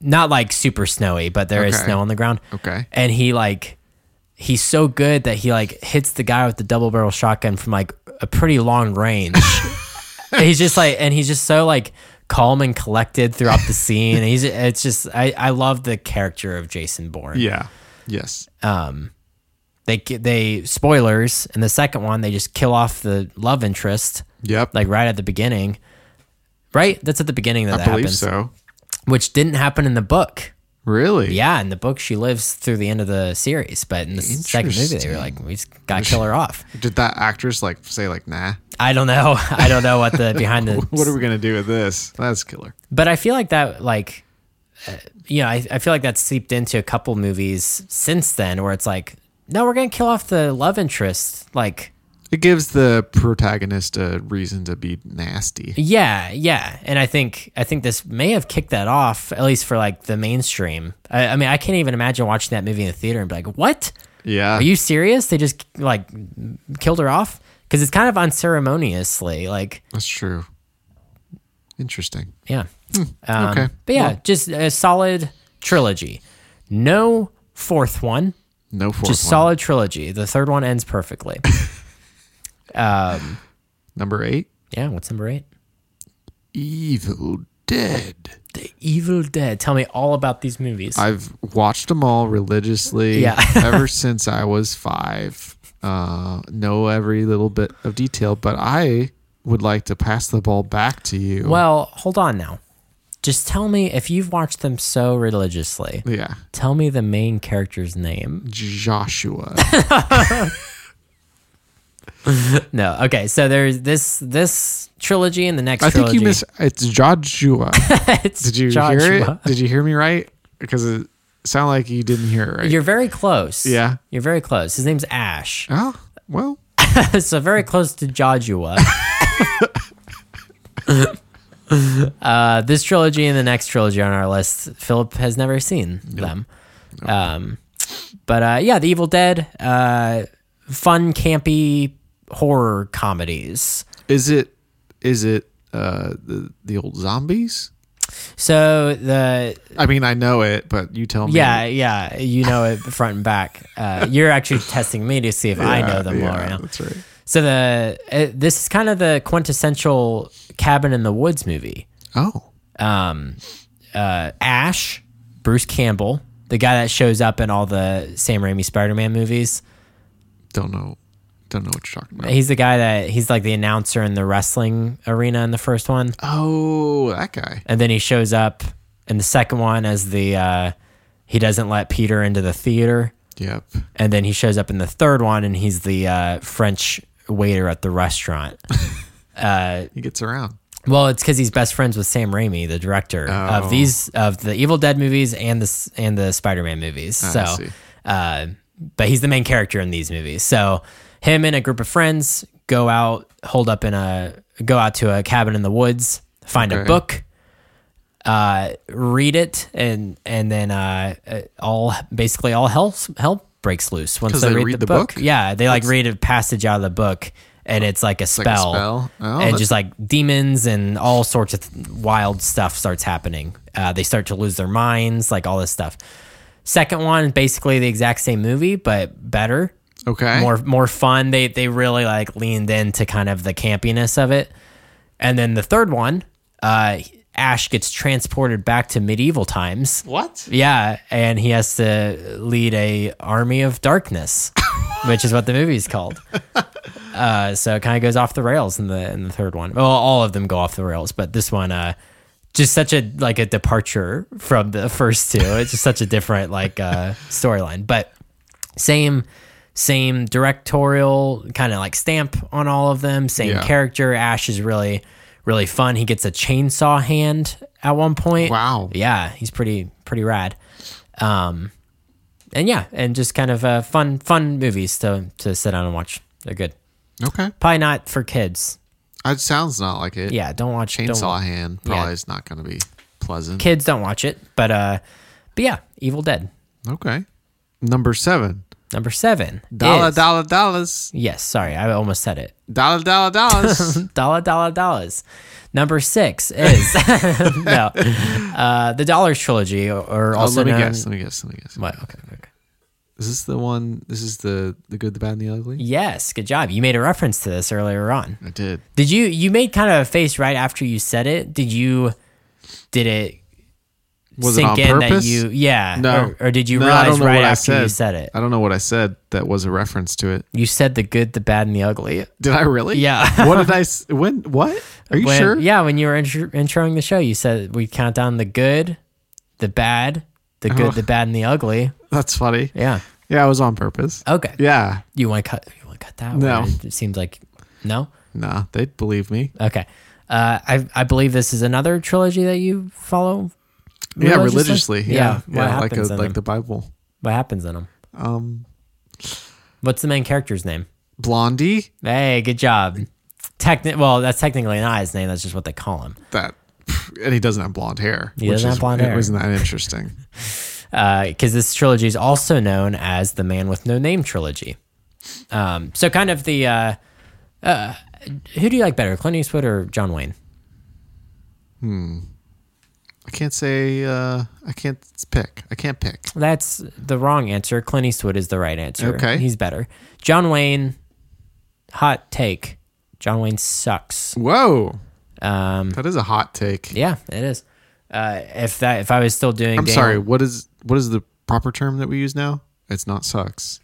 Speaker 2: not like super snowy, but there is
Speaker 1: Okay.
Speaker 2: snow on the ground.
Speaker 1: Okay,
Speaker 2: and he like he's so good that he like hits the guy with the double barrel shotgun from like a pretty long range. And he's just like, and he's just so like calm and collected throughout the scene. And he's it's just I I love the character of Jason Bourne.
Speaker 1: yeah, yes,
Speaker 2: They they spoilers in the second one they just kill off the love interest
Speaker 1: yep.
Speaker 2: like right at the beginning, right? That's at the beginning that,
Speaker 1: I
Speaker 2: that
Speaker 1: believe
Speaker 2: happens,
Speaker 1: so.
Speaker 2: which didn't happen in the book.
Speaker 1: Really?
Speaker 2: Yeah, in the book she lives through the end of the series, but in the second movie they were
Speaker 1: Interesting.
Speaker 2: like, we just got to kill her off.
Speaker 1: Did that actress like say like nah?
Speaker 2: I don't know. I don't know what the behind the.
Speaker 1: What are we gonna do with this? That's killer.
Speaker 2: but I feel like that, like, uh, you know, I, I feel like that's seeped into a couple movies since then, where it's like, no, we're gonna kill off the love interest. Like,
Speaker 1: It gives the protagonist a reason to be nasty.
Speaker 2: yeah, yeah. And I think I think this may have kicked that off, at least for like the mainstream. I, I mean, I can't even imagine watching that movie in the theater and be like, what?
Speaker 1: Yeah.
Speaker 2: Are you serious? They just like killed her off because it's kind of unceremoniously like.
Speaker 1: That's true. Interesting.
Speaker 2: Yeah. Um,
Speaker 1: okay.
Speaker 2: But yeah, just a solid trilogy. No fourth one.
Speaker 1: No fourth
Speaker 2: just
Speaker 1: one.
Speaker 2: solid trilogy. The third one ends perfectly.
Speaker 1: Number eight,
Speaker 2: yeah. What's number eight?
Speaker 1: Evil Dead.
Speaker 2: The Evil Dead. Tell me all about these movies.
Speaker 1: I've watched them all religiously
Speaker 2: Yeah.
Speaker 1: ever since I was five. Uh, know every little bit of detail, but I would like to pass the ball back to you.
Speaker 2: well, hold on now. Just tell me if you've watched them so religiously.
Speaker 1: yeah,
Speaker 2: Tell me the main character's name.
Speaker 1: Joshua.
Speaker 2: No. Okay. So there's this this trilogy and the next
Speaker 1: I
Speaker 2: trilogy.
Speaker 1: think you miss. It's Joshua.
Speaker 2: it's
Speaker 1: Did you hear
Speaker 2: Joshua.
Speaker 1: it? Did you hear me right? Because it sounded like you didn't hear it right.
Speaker 2: You're very close.
Speaker 1: Yeah.
Speaker 2: You're very close. His name's Ash.
Speaker 1: oh well,
Speaker 2: so very close to Joshua. uh, this trilogy and the next trilogy on our list, Philip has never seen them. Um, but uh, yeah, The Evil Dead, uh, fun, campy horror comedies.
Speaker 1: is it is it uh, the the old zombies?
Speaker 2: So the
Speaker 1: I mean, I know it, but you tell me.
Speaker 2: yeah yeah you know it front and back. Uh, you're actually testing me to see if I know them
Speaker 1: Uh, yeah,
Speaker 2: all right now.
Speaker 1: That's right.
Speaker 2: So the uh, this is kind of the quintessential cabin in the woods movie.
Speaker 1: Oh,
Speaker 2: um, uh, Ash, Bruce Campbell, the guy that shows up in all the Sam Raimi Spider-Man movies.
Speaker 1: don't know, don't know what you're talking about.
Speaker 2: He's the guy that he's like the announcer in the wrestling arena in the first one,
Speaker 1: Oh, that guy.
Speaker 2: and then he shows up in the second one as the uh, he doesn't let Peter into the theater,
Speaker 1: Yep.
Speaker 2: and then he shows up in the third one and he's the uh, French waiter at the restaurant.
Speaker 1: He gets around.
Speaker 2: Well, it's because he's best friends with Sam Raimi, the director
Speaker 1: Oh.
Speaker 2: of these of the Evil Dead movies and the s- and the Spider Man movies.
Speaker 1: Ah, I
Speaker 2: so,
Speaker 1: see.
Speaker 2: uh, but he's the main character in these movies. So, him and a group of friends go out, hold up in a go out to a cabin in the woods, find a
Speaker 1: Okay.
Speaker 2: book, uh, read it, and and then uh, uh, all basically all hell s- hell breaks loose once
Speaker 1: 'Cause
Speaker 2: they,
Speaker 1: they
Speaker 2: read, the, book. Yeah, they like
Speaker 1: That's-
Speaker 2: read a passage out of the book. And it's like
Speaker 1: like
Speaker 2: a
Speaker 1: a
Speaker 2: spell,
Speaker 1: spell? Oh,
Speaker 2: and
Speaker 1: that-
Speaker 2: just like demons and all sorts of th- wild stuff starts happening. Uh, they start to lose their minds, like all this stuff. Second one is basically the exact same movie, but better,
Speaker 1: Okay.
Speaker 2: more more fun. They they really like leaned into kind of the campiness of it. And then the third one, uh, Ash gets transported back to medieval times.
Speaker 1: What?
Speaker 2: Yeah, and he has to lead a army of darkness, which is what the movie's called. Uh, so it kind of goes off the rails in the in the third one. Well, all of them go off the rails, but this one, uh, just such a like a departure from the first two. It's just such a different like uh, storyline, but same same directorial kind of like stamp on all of them. Same
Speaker 1: Yeah.
Speaker 2: character. Ash is really really fun. He gets a chainsaw hand at one point.
Speaker 1: Wow.
Speaker 2: Yeah, he's pretty pretty rad. Um, and yeah, and just kind of uh, fun fun movies to to sit down and watch. They're good.
Speaker 1: Okay.
Speaker 2: Probably not for kids.
Speaker 1: It sounds not like it.
Speaker 2: Yeah, don't watch don't-
Speaker 1: Chainsaw hand probably
Speaker 2: Yeah.
Speaker 1: is not going to be pleasant.
Speaker 2: kids don't watch it, but uh, but yeah, Evil Dead
Speaker 1: okay. Number seven.
Speaker 2: number seven.
Speaker 1: Dollar,
Speaker 2: is-
Speaker 1: dollar, dollars.
Speaker 2: Yes, sorry, I almost said it.
Speaker 1: Dollar, dollar, dollars.
Speaker 2: dollar dollar dollars. Number six is no, uh, the Dollars trilogy, or, or
Speaker 1: oh,
Speaker 2: also
Speaker 1: let me
Speaker 2: known-
Speaker 1: guess. Let me guess. Let me guess.
Speaker 2: What? Okay, okay.
Speaker 1: Is this the one? This is the the good, the bad, and the ugly.
Speaker 2: Yes, good job. You made a reference to this earlier on.
Speaker 1: I did.
Speaker 2: Did you you made kind of a face right after you said it? Did you did it
Speaker 1: Was it
Speaker 2: sink
Speaker 1: on
Speaker 2: in
Speaker 1: purpose?
Speaker 2: that you yeah
Speaker 1: No.
Speaker 2: or, or did you
Speaker 1: No, I
Speaker 2: realize
Speaker 1: don't know
Speaker 2: right
Speaker 1: what I
Speaker 2: after you
Speaker 1: said.
Speaker 2: said it?
Speaker 1: I don't know what I said that was a reference to it.
Speaker 2: You said the good, the bad, and the ugly.
Speaker 1: Did I really?
Speaker 2: Yeah.
Speaker 1: what did I? s- When? What? Are you
Speaker 2: When-
Speaker 1: sure?
Speaker 2: Yeah, when you were intro- introing the show, you said we count down the good, the bad, the good,
Speaker 1: Oh.
Speaker 2: the bad, and the ugly.
Speaker 1: That's funny.
Speaker 2: Yeah.
Speaker 1: Yeah, it was on purpose.
Speaker 2: Okay.
Speaker 1: Yeah.
Speaker 2: You want to cut? You want to cut that?
Speaker 1: No.
Speaker 2: Or It seems like no.
Speaker 1: Nah, they'd believe me.
Speaker 2: Okay. Uh, I I believe this is another trilogy that you follow.
Speaker 1: Yeah, religiously. Yeah.
Speaker 2: What
Speaker 1: like
Speaker 2: happens
Speaker 1: a,
Speaker 2: in
Speaker 1: like
Speaker 2: them?
Speaker 1: the Bible.
Speaker 2: What happens in them?
Speaker 1: Um
Speaker 2: What's the main character's name?
Speaker 1: Blondie?
Speaker 2: Hey, good job. Techni- well, that's technically not his name. That's just what they call him.
Speaker 1: That and he doesn't have blonde hair.
Speaker 2: He
Speaker 1: which
Speaker 2: doesn't
Speaker 1: is-
Speaker 2: have blonde hair.
Speaker 1: Wasn't that interesting?
Speaker 2: Because Uh, this trilogy is also known as the Man with No Name trilogy. Um, so, kind of the. Uh, uh, who do you like better, Clint Eastwood or John Wayne?
Speaker 1: Hmm. I can't say. Uh, I can't pick. I can't pick.
Speaker 2: That's the wrong answer. Clint Eastwood is the right answer.
Speaker 1: Okay.
Speaker 2: He's better. John Wayne, hot take. John Wayne sucks.
Speaker 1: Whoa,
Speaker 2: Um,
Speaker 1: that is a hot take.
Speaker 2: yeah, it is. Uh, if that if I was still doing,
Speaker 1: I'm
Speaker 2: Daniel-
Speaker 1: sorry. What is what is the proper term that we use now? It's not sucks.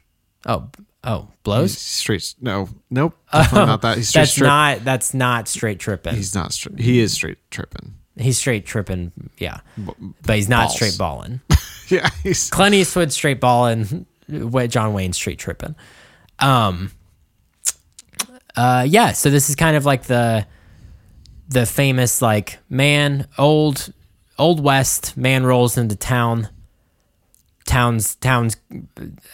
Speaker 2: Oh, b- oh,
Speaker 1: He's
Speaker 2: blows.
Speaker 1: straight. No, nope. Definitely not that. He's straight.
Speaker 2: Oh, That's
Speaker 1: strip.
Speaker 2: not that's not straight tripping. He's,
Speaker 1: He's not. Stri- he is straight tripping.
Speaker 2: straight tripping. Yeah, but he's not
Speaker 1: balls.
Speaker 2: straight balling.
Speaker 1: Yeah. He's.
Speaker 2: Clint Eastwood straight balling. Wa- John Wayne straight tripping. Um. Uh, yeah, so this is kind of like the the famous like man old old west man rolls into town towns towns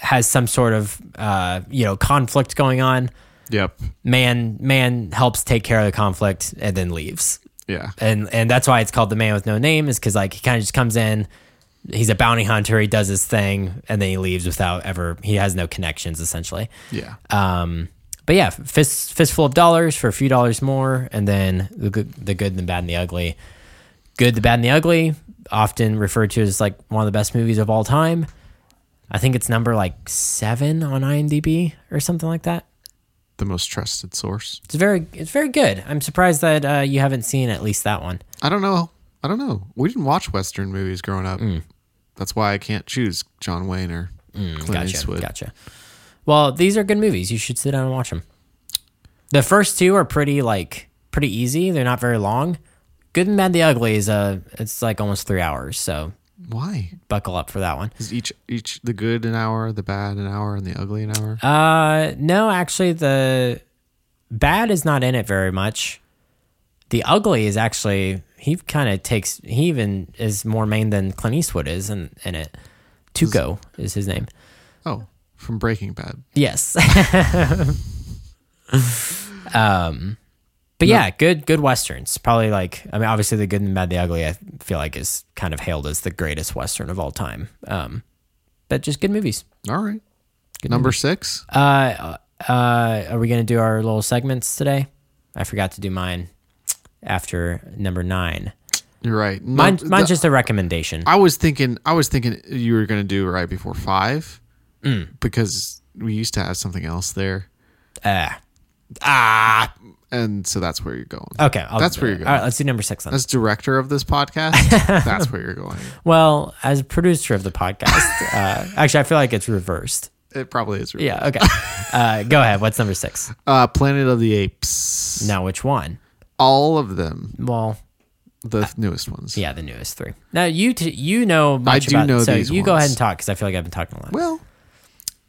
Speaker 2: has some sort of uh you know conflict going on
Speaker 1: Yep.
Speaker 2: man man helps take care of the conflict and then leaves
Speaker 1: Yeah.
Speaker 2: and and that's why it's called the man with no name is because like he kind of just comes in he's a bounty hunter he does his thing and then he leaves without ever he has no connections essentially
Speaker 1: Yeah.
Speaker 2: um but yeah fist fistful of dollars for a few dollars more and then the good the good and the bad and the ugly good the bad and the ugly often referred to as like one of the best movies of all time i think it's number like seven on imdb or something like that
Speaker 1: The most trusted source.
Speaker 2: it's very it's very good. I'm surprised that uh, you haven't seen at least that one.
Speaker 1: I don't know. I don't know. We didn't watch Western movies growing up.
Speaker 2: Mm.
Speaker 1: That's why I can't choose John Wayne or Clint
Speaker 2: Gotcha,
Speaker 1: Eastwood.
Speaker 2: gotcha. Well, these are good movies. You should sit down and watch them. The first two are pretty like pretty easy. They're not very long. Good and Bad, and the Ugly is uh it's like almost three hours. So
Speaker 1: Why?
Speaker 2: buckle up for that one.
Speaker 1: Is each each the good an hour, the bad an hour, and the ugly an hour?
Speaker 2: Uh, no, actually, the bad is not in it very much. The ugly is actually he kind of takes he even is more main than Clint Eastwood is in, in it. Tuco is his name.
Speaker 1: oh, from Breaking Bad.
Speaker 2: Yes. um, but yeah, good good westerns. Probably like I mean, obviously the Good and the Bad, the Ugly. I feel like is kind of hailed as the greatest western of all time. Um, but just good movies.
Speaker 1: All right. Number six.
Speaker 2: Uh, uh, are we gonna do our little segments today? I forgot to do mine after number nine.
Speaker 1: You're right. No,
Speaker 2: Mine,
Speaker 1: Uh, the-
Speaker 2: mine's just a recommendation.
Speaker 1: I was thinking. I was thinking you were gonna do right before five,
Speaker 2: Mm.
Speaker 1: because we used to have something else there, Ah.
Speaker 2: Ah,
Speaker 1: and so that's where you're going.
Speaker 2: okay, I'll,
Speaker 1: That's where you're going.
Speaker 2: All right, let's do number six then.
Speaker 1: As director of this podcast, that's where you're going.
Speaker 2: Well, as a producer of the podcast, uh, actually, I feel like it's reversed.
Speaker 1: It probably is. Really.
Speaker 2: Yeah. Okay. uh, go ahead. What's number six?
Speaker 1: Uh, Planet of the Apes.
Speaker 2: Now, which one?
Speaker 1: All of them.
Speaker 2: Well,
Speaker 1: The newest ones.
Speaker 2: Uh, yeah, the newest three. Now you t- you know much
Speaker 1: do
Speaker 2: about
Speaker 1: know
Speaker 2: it, so
Speaker 1: these
Speaker 2: you go ahead
Speaker 1: ones.
Speaker 2: and talk because I feel like I've been talking a lot.
Speaker 1: Well,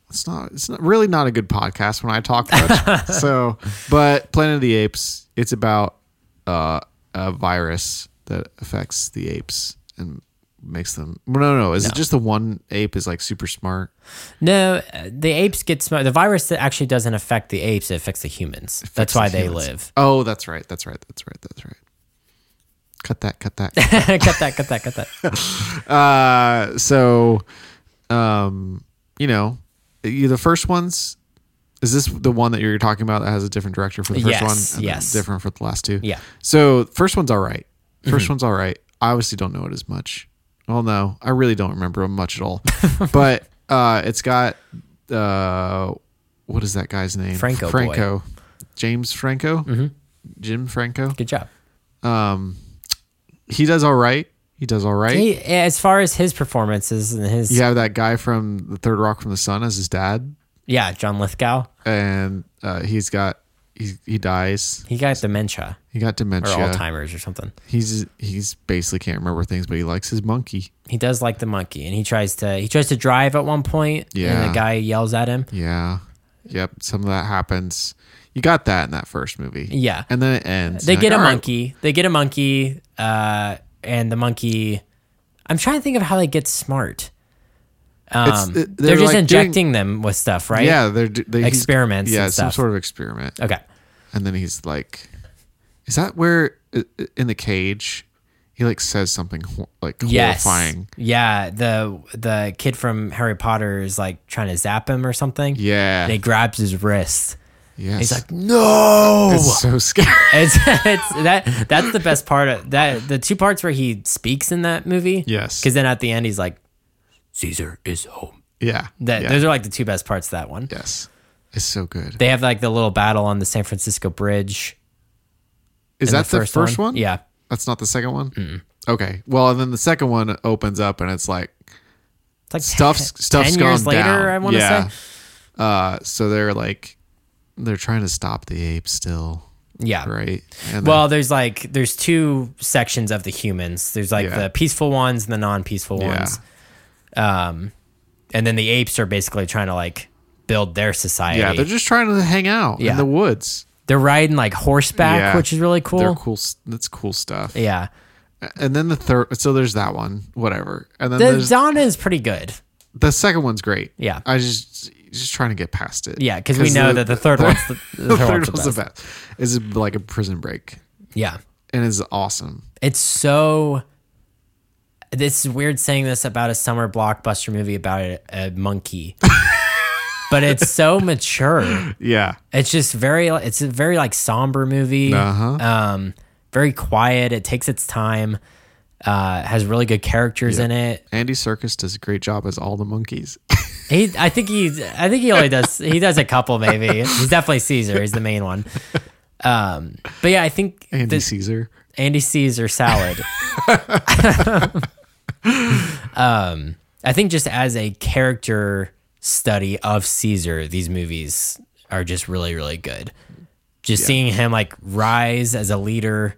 Speaker 1: it's not. It's not really not a good podcast when I talk much. so, but Planet of the Apes. It's about uh, a virus that affects the apes and makes them. No, no, no. Is it just the one ape is like super smart?
Speaker 2: No, uh, the apes get smart. The virus that actually doesn't affect the apes; it affects the humans. That's why they live.
Speaker 1: Oh, that's right. That's right. That's right. That's right. Cut that. Cut that.
Speaker 2: cut that! Cut that! Cut that!
Speaker 1: uh, so, um, you know, you, the first ones. Is this the one that you're talking about that has a different director for the first
Speaker 2: Yes,
Speaker 1: one? and then
Speaker 2: yes.
Speaker 1: Different for the last two.
Speaker 2: Yeah. Mm-hmm.
Speaker 1: So first one's all right. First one's all right. I obviously don't know it as much. Well, no, I really don't remember him much at all. but uh, it's got uh, what is that guy's name?
Speaker 2: Franco boy. Mm-hmm.
Speaker 1: Franco. James Franco. Jim Franco.
Speaker 2: Good job.
Speaker 1: Um, he does all right. He does all right.
Speaker 2: He, as far as his performances and his
Speaker 1: You
Speaker 2: yeah,
Speaker 1: have that guy from the Third Rock from the Sun as his dad,
Speaker 2: John Lithgow,
Speaker 1: and uh, he's got he he dies.
Speaker 2: he got dementia
Speaker 1: He got
Speaker 2: or
Speaker 1: dementia.
Speaker 2: Alzheimer's or something.
Speaker 1: He's he's basically can't remember things, but he likes his monkey.
Speaker 2: He does like the monkey, and he tries to he tries to drive at one point, And
Speaker 1: Yeah.
Speaker 2: the guy yells at him.
Speaker 1: Yeah, yep. Some of that happens. You got that in that first movie.
Speaker 2: Yeah.
Speaker 1: and then it ends.
Speaker 2: They
Speaker 1: You're
Speaker 2: get
Speaker 1: like,
Speaker 2: a
Speaker 1: "All right."
Speaker 2: monkey. They get a monkey, uh, and the monkey. I'm trying to think of how they get smart. Um,
Speaker 1: it-
Speaker 2: they're,
Speaker 1: uh, they're
Speaker 2: just
Speaker 1: like doing-
Speaker 2: injecting them with stuff, right?
Speaker 1: Yeah, they're d- they, he's-
Speaker 2: Experiments
Speaker 1: Yeah,
Speaker 2: and
Speaker 1: some
Speaker 2: stuff.
Speaker 1: sort of experiment.
Speaker 2: Okay.
Speaker 1: And then he's like, "Is that where i- i- in the cage?" He like says something hor- like
Speaker 2: Yes.
Speaker 1: horrifying.
Speaker 2: Yeah. The the kid from Harry Potter is like trying to zap him or something.
Speaker 1: Yeah,
Speaker 2: And he grabs his wrist.
Speaker 1: Yes.
Speaker 2: And he's like, no.
Speaker 1: It's so scary.
Speaker 2: It's, it's that that's the best part of that the two parts where he speaks in that movie.
Speaker 1: Yes.
Speaker 2: Because then at the end he's like, Caesar is home.
Speaker 1: Yeah.
Speaker 2: That
Speaker 1: yeah.
Speaker 2: those are like the two best parts of that one.
Speaker 1: yes. It's so good.
Speaker 2: They have like the little battle on the San Francisco Bridge.
Speaker 1: Is
Speaker 2: in
Speaker 1: that the first, one?
Speaker 2: Yeah.
Speaker 1: That's not the second one? Okay. Well, and then the second one opens up and it's like
Speaker 2: It's like
Speaker 1: stuff's
Speaker 2: ten,
Speaker 1: stuff's
Speaker 2: ten
Speaker 1: gone
Speaker 2: years later,
Speaker 1: down.
Speaker 2: I want to
Speaker 1: Yeah.
Speaker 2: say.
Speaker 1: Uh, so they're like they're trying to stop the ape still,
Speaker 2: Yeah.
Speaker 1: right? And then-
Speaker 2: Well, there's like there's two sections of the humans. There's like
Speaker 1: Yeah.
Speaker 2: the peaceful ones and the non-peaceful
Speaker 1: Yeah.
Speaker 2: ones. Um, and then the apes are basically trying to like build their society.
Speaker 1: yeah, they're just trying to hang out
Speaker 2: Yeah.
Speaker 1: in the woods.
Speaker 2: They're riding like horseback,
Speaker 1: Yeah.
Speaker 2: which is really cool.
Speaker 1: They're cool. s- That's cool stuff.
Speaker 2: Yeah,
Speaker 1: And then the third, so there's that one, whatever. And then
Speaker 2: the
Speaker 1: there's
Speaker 2: Zana is pretty good.
Speaker 1: the second one's great.
Speaker 2: Yeah.
Speaker 1: I just just trying to get past it.
Speaker 2: Yeah, because we know that the third one's the, the third, one's the
Speaker 1: one's
Speaker 2: best.
Speaker 1: the best. Is like a prison break,
Speaker 2: Yeah,
Speaker 1: and it's awesome.
Speaker 2: it's so. This is weird saying this about a summer blockbuster movie about a, a monkey, but it's so mature.
Speaker 1: Yeah,
Speaker 2: It's just very. It's a very like somber movie.
Speaker 1: Uh-huh.
Speaker 2: Um, very quiet. It takes its time. Uh, has really good characters in it.
Speaker 1: Andy Circus does a great job as all the monkeys.
Speaker 2: He, I think he, I think he only does. He does a couple, maybe. He's definitely Caesar. He's the main one. Um, but yeah, I think
Speaker 1: Andy
Speaker 2: the-
Speaker 1: Caesar.
Speaker 2: Andy Caesar salad. um, Um, I think just as a character study of Caesar, these movies are just really, really good. Just seeing him like rise as a leader.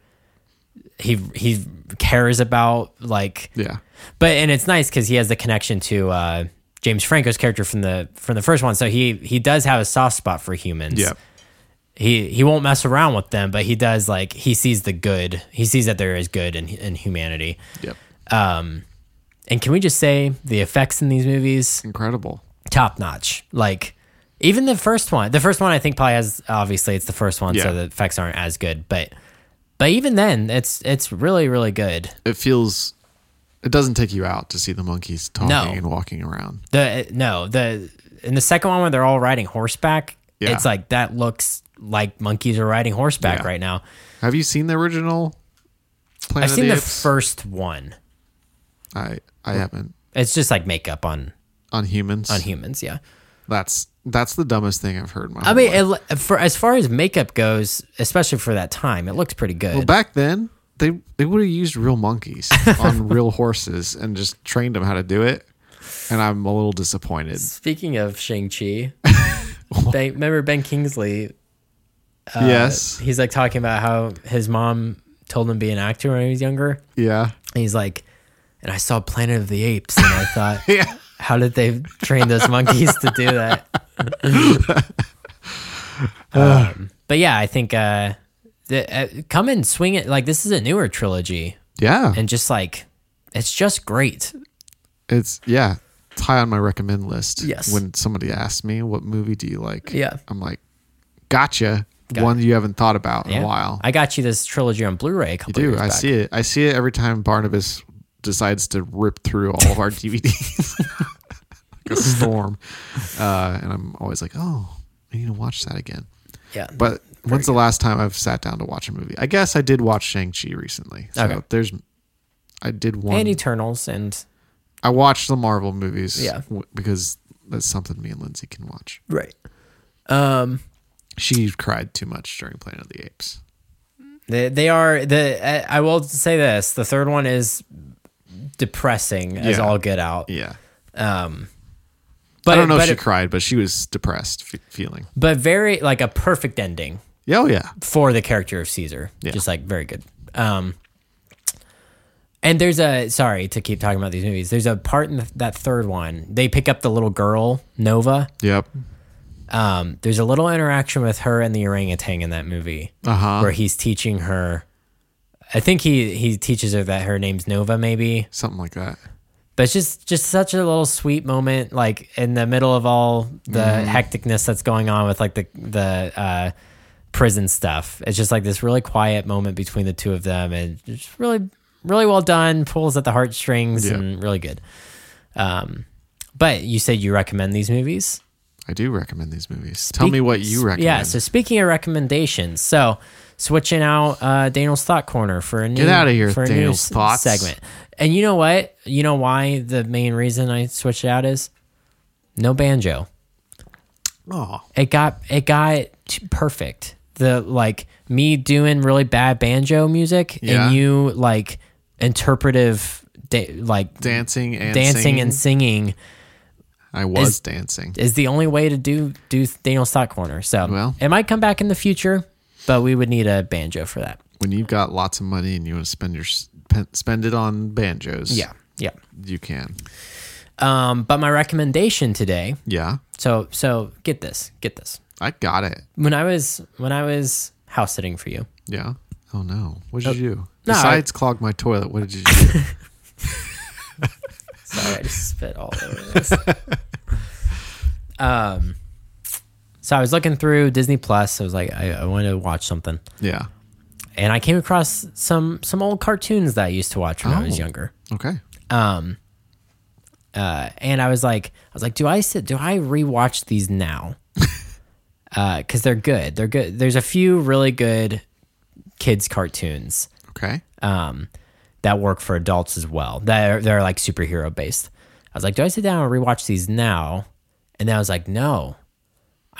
Speaker 2: He he cares about like
Speaker 1: Yeah,
Speaker 2: but and it's nice because he has the connection to uh, James Franco's character from the from the first one. So he he does have a soft spot for humans.
Speaker 1: yeah,
Speaker 2: He he won't mess around with them, but he does like he sees the good. He sees that there is good in in humanity.
Speaker 1: yep.
Speaker 2: And can we just say the effects in these movies
Speaker 1: Incredible.
Speaker 2: top notch? Like even the first one, the first one I think probably has obviously it's the first one,
Speaker 1: Yeah.
Speaker 2: so the effects aren't as good, but. But even then, it's it's really really good.
Speaker 1: It feels. It doesn't take you out to see the monkeys talking
Speaker 2: No.
Speaker 1: and walking around.
Speaker 2: The no the in the second one when they're all riding horseback,
Speaker 1: Yeah.
Speaker 2: it's like that looks like monkeys are riding horseback
Speaker 1: Yeah.
Speaker 2: right now.
Speaker 1: Have you seen the original? Planet
Speaker 2: I've
Speaker 1: of
Speaker 2: seen the
Speaker 1: Apes?
Speaker 2: first one.
Speaker 1: I I haven't
Speaker 2: It's just like makeup on
Speaker 1: on humans.
Speaker 2: on humans. Yeah,
Speaker 1: that's that's the dumbest thing I've heard. in My
Speaker 2: I mean, it, lo- for as far as makeup goes, especially for that time, it looks pretty good.
Speaker 1: Well, back then they they would have used real monkeys on real horses and just trained them how to do it. And I'm a little disappointed.
Speaker 2: Speaking of Shang Chi, ben, remember Ben Kingsley? uh,
Speaker 1: yes.
Speaker 2: He's like talking about how his mom told him to be an actor when he was younger.
Speaker 1: Yeah.
Speaker 2: And he's like, and I saw Planet of the Apes, and I thought,
Speaker 1: Yeah.
Speaker 2: How did they train those monkeys to do that? um, but yeah, I think uh, the, uh, come and swing it. Like this is a newer trilogy,
Speaker 1: Yeah.
Speaker 2: and just like it's just great.
Speaker 1: it's yeah. It's high on my recommend list.
Speaker 2: Yes.
Speaker 1: When somebody asks me what movie do you like,
Speaker 2: Yeah.
Speaker 1: I'm like, gotcha.
Speaker 2: Got
Speaker 1: One you haven't thought about in
Speaker 2: Yeah.
Speaker 1: a while.
Speaker 2: I got you this trilogy on Blu-ray. A couple
Speaker 1: do.
Speaker 2: years
Speaker 1: I
Speaker 2: back.
Speaker 1: see it. I see it every time Barnabas decides to rip through all of our DVDs like a storm. Uh, and I'm always like, oh, I need to watch that again.
Speaker 2: Yeah,
Speaker 1: But when's the last time I've sat down to watch a movie? I guess I did watch Shang Chi recently. So
Speaker 2: Okay.
Speaker 1: there's, I did one.
Speaker 2: and Eternals, and
Speaker 1: I watched the Marvel movies.
Speaker 2: Yeah.
Speaker 1: w- because that's something me and Lindsay can watch.
Speaker 2: right. Um,
Speaker 1: She cried too much during Planet of the Apes.
Speaker 2: they, they are the. Uh, I will say this: the third one is depressing as
Speaker 1: Yeah.
Speaker 2: all get out.
Speaker 1: Yeah.
Speaker 2: Um, but
Speaker 1: I don't know
Speaker 2: but
Speaker 1: if she
Speaker 2: it-
Speaker 1: cried, but she was depressed f- feeling.
Speaker 2: but very like a perfect ending
Speaker 1: Yeah, Oh, yeah.
Speaker 2: for the character of Caesar.
Speaker 1: Yeah.
Speaker 2: Just like very good. Um, and there's a sorry to keep talking about these movies. There's a part in th- that third one. They pick up the little girl Nova.
Speaker 1: Yep.
Speaker 2: Um, there's a little interaction with her and the orangutan in that movie
Speaker 1: Uh huh.
Speaker 2: where he's teaching her. I think he he teaches her that her name's Nova maybe.
Speaker 1: something like that.
Speaker 2: but it's just just such a little sweet moment like in the middle of all the hecticness that's going on with like the the uh prison stuff it's just like this really quiet moment between the two of them and just really really well done pulls at the heartstrings
Speaker 1: Yeah.
Speaker 2: and really good um but you said you recommend these
Speaker 1: I
Speaker 2: movies
Speaker 1: I do recommend these movies. Tell me what you recommend.
Speaker 2: Yeah. So speaking of recommendations, so switching out uh, Daniel's thought corner for a new
Speaker 1: Get outta here,
Speaker 2: for a new
Speaker 1: Daniel's
Speaker 2: s-
Speaker 1: Thoughts.
Speaker 2: segment. And you know what? You know why the main reason I switched it out is no banjo.
Speaker 1: oh,
Speaker 2: It got it got t- perfect. The like me doing really bad banjo music
Speaker 1: Yeah.
Speaker 2: and you like interpretive da- like
Speaker 1: dancing and
Speaker 2: dancing
Speaker 1: singing.
Speaker 2: and singing
Speaker 1: I was
Speaker 2: is-
Speaker 1: dancing.
Speaker 2: is the only way to do do Daniel Stock Corner. So
Speaker 1: Well.
Speaker 2: it might come back in the future, but we would need a banjo for that.
Speaker 1: When you've got lots of money and you want to spend your s- pen- spend it on banjos,
Speaker 2: yeah.
Speaker 1: you can.
Speaker 2: Um, but my recommendation today.
Speaker 1: Yeah,
Speaker 2: So so get this, get this.
Speaker 1: I got it.
Speaker 2: When I was when I was house sitting for you,
Speaker 1: Yeah. Oh no, what did you do?
Speaker 2: no, I-
Speaker 1: Besides clog my toilet, what did you do?
Speaker 2: Sorry, I just spit all over this. um, so I was looking through Disney Plus. I was like, I, I wanted to watch something,
Speaker 1: yeah.
Speaker 2: and I came across some some old cartoons that I used to watch when I was
Speaker 1: Oh.
Speaker 2: younger.
Speaker 1: Okay.
Speaker 2: Uh, and I was like, I was like, do I sit? Do I rewatch these now? Because they're good. They're good. There's a few really good kids cartoons
Speaker 1: Okay.
Speaker 2: um, that work for adults as well. That are, they're like superhero based. I was like, do I sit down and rewatch these now? And then I was like, no,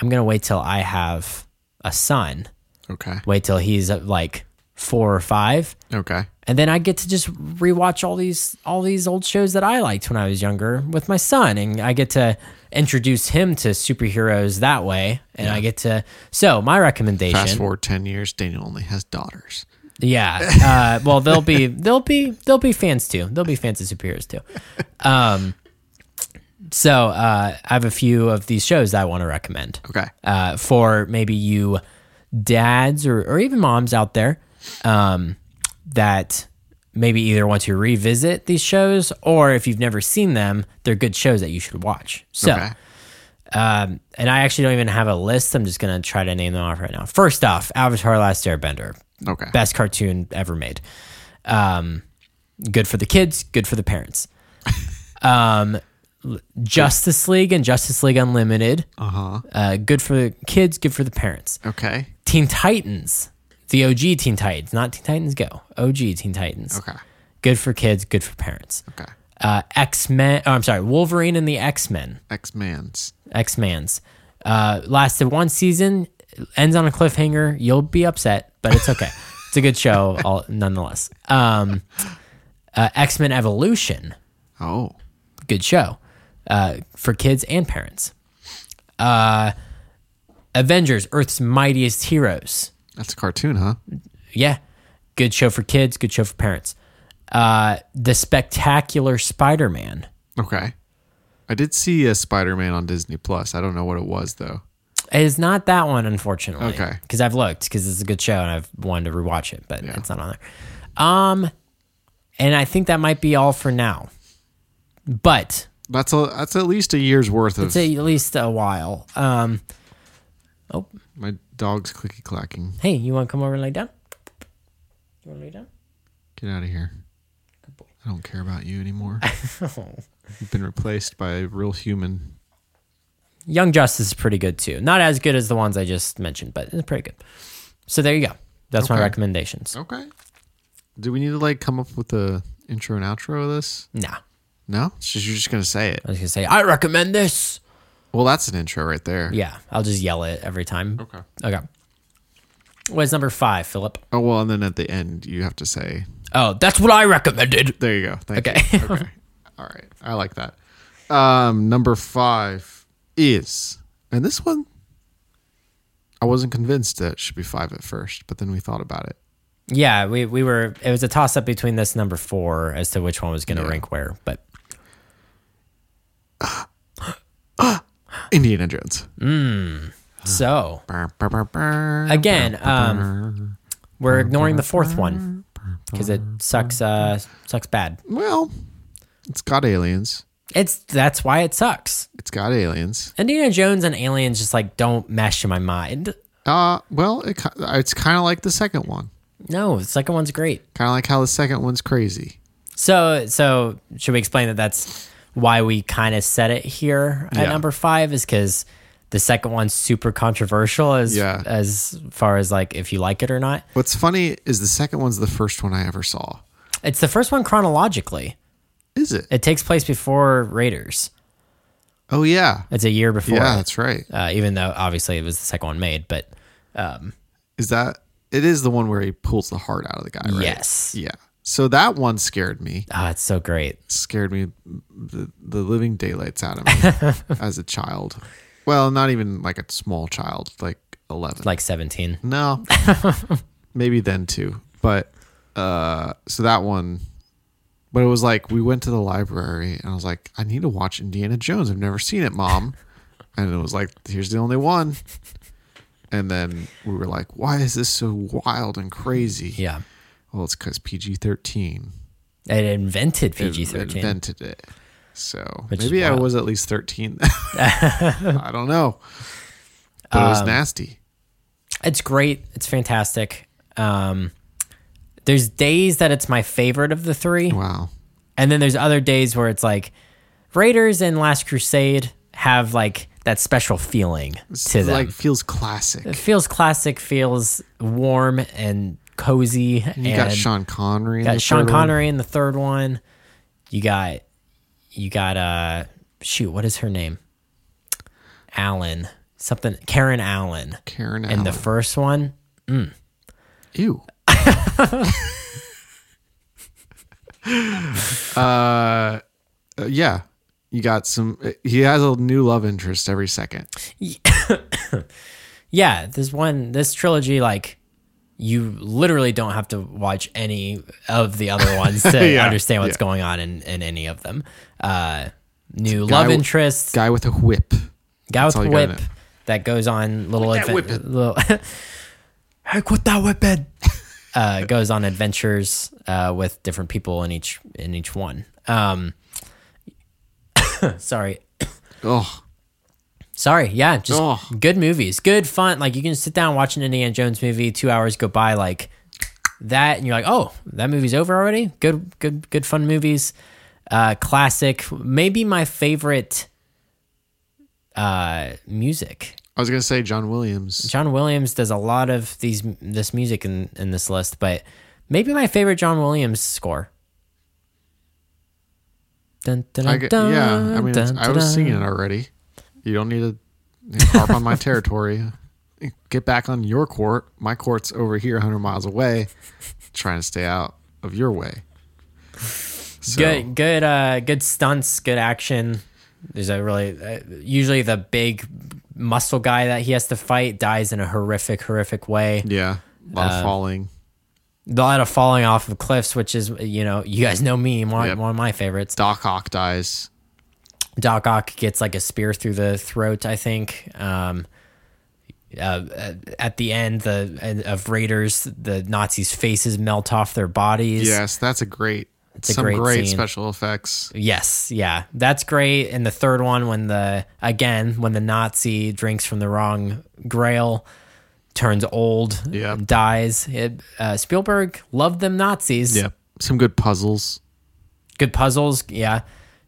Speaker 2: I'm gonna wait till I have a son.
Speaker 1: Okay.
Speaker 2: Wait till he's uh, like four or five,
Speaker 1: Okay.
Speaker 2: and then I get to just rewatch all these all these old shows that I liked when I was younger with my son, and I get to introduce him to superheroes that way. And I get to so my recommendation.
Speaker 1: Fast forward ten years, Daniel only has daughters.
Speaker 2: Yeah. Uh, well, they'll be they'll be they'll be fans too. They'll be fans of superheroes too. Um, so uh, I have a few of these shows that I want to recommend
Speaker 1: Okay.
Speaker 2: uh, for maybe you dads or, or even moms out there um, that maybe either want to revisit these shows or if you've never seen them, they're good shows that you should watch. So.
Speaker 1: Okay.
Speaker 2: Um, and I actually don't even have a list. I'm just gonna try to name them off right now. First off, Avatar: Last Airbender
Speaker 1: Okay.
Speaker 2: best cartoon ever made. Um, good for the kids, good for the parents. Um, l- Justice League and Justice League Unlimited,
Speaker 1: Uh huh.
Speaker 2: uh, good for the kids, good for the parents.
Speaker 1: Okay.
Speaker 2: Teen Titans, the OG Teen Titans, not Teen Titans Go, OG Teen Titans,
Speaker 1: Okay.
Speaker 2: good for kids, good for parents.
Speaker 1: Okay.
Speaker 2: Uh, X Men, oh, I'm sorry, Wolverine and the X Men,
Speaker 1: X Man's.
Speaker 2: X Mans, uh, lasted one season, ends on a cliffhanger. You'll be upset, but it's okay. it's a good show, all, nonetheless. Um, uh, X Men Evolution,
Speaker 1: Oh.
Speaker 2: good show uh, for kids and parents. Uh, Avengers: Earth's Mightiest Heroes,
Speaker 1: That's a cartoon, huh?
Speaker 2: yeah, good show for kids, good show for parents. Uh, the Spectacular Spider Man.
Speaker 1: Okay. I did see a Spider Man on Disney Plus. I don't know what it was though.
Speaker 2: It is not that one, unfortunately.
Speaker 1: Okay.
Speaker 2: Because I've looked because it's a good show and I've wanted to rewatch it, but it's not on there. Um, and I think that might be all for now. But
Speaker 1: That's a that's at least a year's worth of
Speaker 2: it's at least a while. Um,
Speaker 1: my dog's clicky clacking.
Speaker 2: hey, you want to come over and lay down? You want to lay down?
Speaker 1: Get out of here.
Speaker 2: Good boy.
Speaker 1: I don't care about you anymore. You've been replaced by a real human.
Speaker 2: Young Justice is pretty good too. Not as good as the ones I just mentioned, but it's pretty good. So there you go. That's my
Speaker 1: Okay.
Speaker 2: recommendations.
Speaker 1: Okay. Do we need to like come up with a intro and outro of this?
Speaker 2: Nah,
Speaker 1: No? It's just you're just gonna say it.
Speaker 2: I was gonna say I recommend this.
Speaker 1: Well that's an intro right there.
Speaker 2: Yeah, I'll just yell it every time.
Speaker 1: Okay.
Speaker 2: Okay. What's number five, Philip?
Speaker 1: Oh well and then at the end you have to say
Speaker 2: Oh, that's what I recommended.
Speaker 1: There you go. Thank
Speaker 2: Okay.
Speaker 1: you. Okay. All right. I like that. Um, number five is, and this one, I wasn't convinced that it should be five at first, but then we thought about it.
Speaker 2: Yeah, we, we were. It was a toss up between this number four as to which one was going to
Speaker 1: Yeah.
Speaker 2: rank where. But
Speaker 1: Indiana Jones.
Speaker 2: so
Speaker 1: Burr, burr, burr, burr,
Speaker 2: again,
Speaker 1: burr,
Speaker 2: um,
Speaker 1: burr.
Speaker 2: we're ignoring the fourth one because it sucks. Uh, sucks bad.
Speaker 1: well, it's got aliens.
Speaker 2: It's that's why it sucks.
Speaker 1: It's got aliens.
Speaker 2: Indiana Jones and aliens just like don't mesh in my mind.
Speaker 1: Uh, well, it, ki- it's kind of like the second one.
Speaker 2: No, the second one's great.
Speaker 1: Kind of like how the second one's crazy.
Speaker 2: So so should we explain that that's why we kind of set it here at
Speaker 1: Yeah.
Speaker 2: number five is because the second one's super controversial as
Speaker 1: Yeah.
Speaker 2: as far as like if you like it or not.
Speaker 1: What's funny is the second one's the first one I ever saw.
Speaker 2: It's the first one chronologically.
Speaker 1: Is it?
Speaker 2: It takes place before Raiders.
Speaker 1: Oh yeah,
Speaker 2: It's a year before.
Speaker 1: yeah, that's right.
Speaker 2: Uh, even though obviously it was the second one made, but
Speaker 1: Is that? It is the one where he pulls the heart out of the guy, right?
Speaker 2: yes,
Speaker 1: Yeah. So that one scared me.
Speaker 2: ah, it's so great.
Speaker 1: scared me the, the living daylights out of me as a child. Well, not even like a small child, like 11.
Speaker 2: Like seventeen.
Speaker 1: no. Maybe then too. But uh so that one but it was like we went to the library and I was like I need to watch Indiana Jones. I've never seen it, mom. and it was like here's the only one. And then we were like, why is this so wild and crazy?
Speaker 2: Yeah,
Speaker 1: Well, it's cuz PG-13
Speaker 2: it invented PG
Speaker 1: it
Speaker 2: thirteen.
Speaker 1: invented it. So
Speaker 2: Which is
Speaker 1: maybe I
Speaker 2: wild.
Speaker 1: was at least 13. then. I don't know. But it
Speaker 2: Um,
Speaker 1: was nasty.
Speaker 2: It's great. It's fantastic. Um, there's days that it's my favorite of the three,
Speaker 1: Wow.
Speaker 2: and then there's other days where it's like Raiders and Last Crusade have like that special feeling to
Speaker 1: It
Speaker 2: them.
Speaker 1: like feels classic.
Speaker 2: it feels classic, feels warm and cozy.
Speaker 1: you
Speaker 2: and
Speaker 1: got Sean Connery. in
Speaker 2: got
Speaker 1: the
Speaker 2: Sean
Speaker 1: third one.
Speaker 2: Connery in the third one. You got you got uh shoot, what is her name? Allen. Something Karen Allen
Speaker 1: Karen
Speaker 2: in
Speaker 1: Allen.
Speaker 2: the first one.
Speaker 1: Ew. uh, yeah. You got some. He has a new love interest every second.
Speaker 2: Yeah, this one this trilogy like you literally don't have to watch any of the other ones to
Speaker 1: Yeah,
Speaker 2: understand what's
Speaker 1: yeah.
Speaker 2: going on in, in any of them. Uh new love
Speaker 1: with-
Speaker 2: interest,
Speaker 1: Guy with a whip.
Speaker 2: guy with
Speaker 1: all you
Speaker 2: whip
Speaker 1: gotta know.
Speaker 2: that goes on little
Speaker 1: Quit that
Speaker 2: adven-
Speaker 1: whipping.
Speaker 2: little hey quit that whipping uh goes on adventures uh with different people in each in each one um sorry
Speaker 1: Oh,
Speaker 2: sorry yeah just
Speaker 1: Oh.
Speaker 2: good movies good fun like you can sit down watch an indiana jones movie two hours go by like that and you're like oh that movie's over already good good good fun movies uh classic maybe my favorite uh music
Speaker 1: I was gonna say John Williams.
Speaker 2: John Williams does a lot of these this music in in this list, but maybe my favorite John Williams score. Dun, dun,
Speaker 1: I
Speaker 2: dun,
Speaker 1: get,
Speaker 2: dun,
Speaker 1: yeah, I mean, it's
Speaker 2: dun,
Speaker 1: I was
Speaker 2: dun.
Speaker 1: singing it already. You don't need to harp on my territory. Get back on your court. My court's over here, 100 miles away, trying to stay out of your way. So,
Speaker 2: Good, good, uh, good stunts, good action. There's a really uh, usually the big muscle guy that he has to fight dies in a horrific, horrific way.
Speaker 1: Yeah, a lot
Speaker 2: Uh,
Speaker 1: of falling.
Speaker 2: A lot of falling off of cliffs, which is you know you guys know me one,
Speaker 1: Yep.
Speaker 2: one of my favorites.
Speaker 1: Doc Ock dies.
Speaker 2: Doc Ock gets like a spear through the throat, I think. Um, uh, at the end, the end of Raiders, the Nazis' faces melt off their bodies.
Speaker 1: Yes, that's a great.
Speaker 2: a
Speaker 1: some
Speaker 2: great
Speaker 1: great,
Speaker 2: scene.
Speaker 1: special effects.
Speaker 2: Yes, yeah, that's great. And the third one, when the again, when the Nazi drinks from the wrong Grail, turns old,
Speaker 1: Yep.
Speaker 2: and dies. It, uh, Spielberg loved them Nazis.
Speaker 1: Yep. Some good puzzles.
Speaker 2: Good puzzles. Yeah.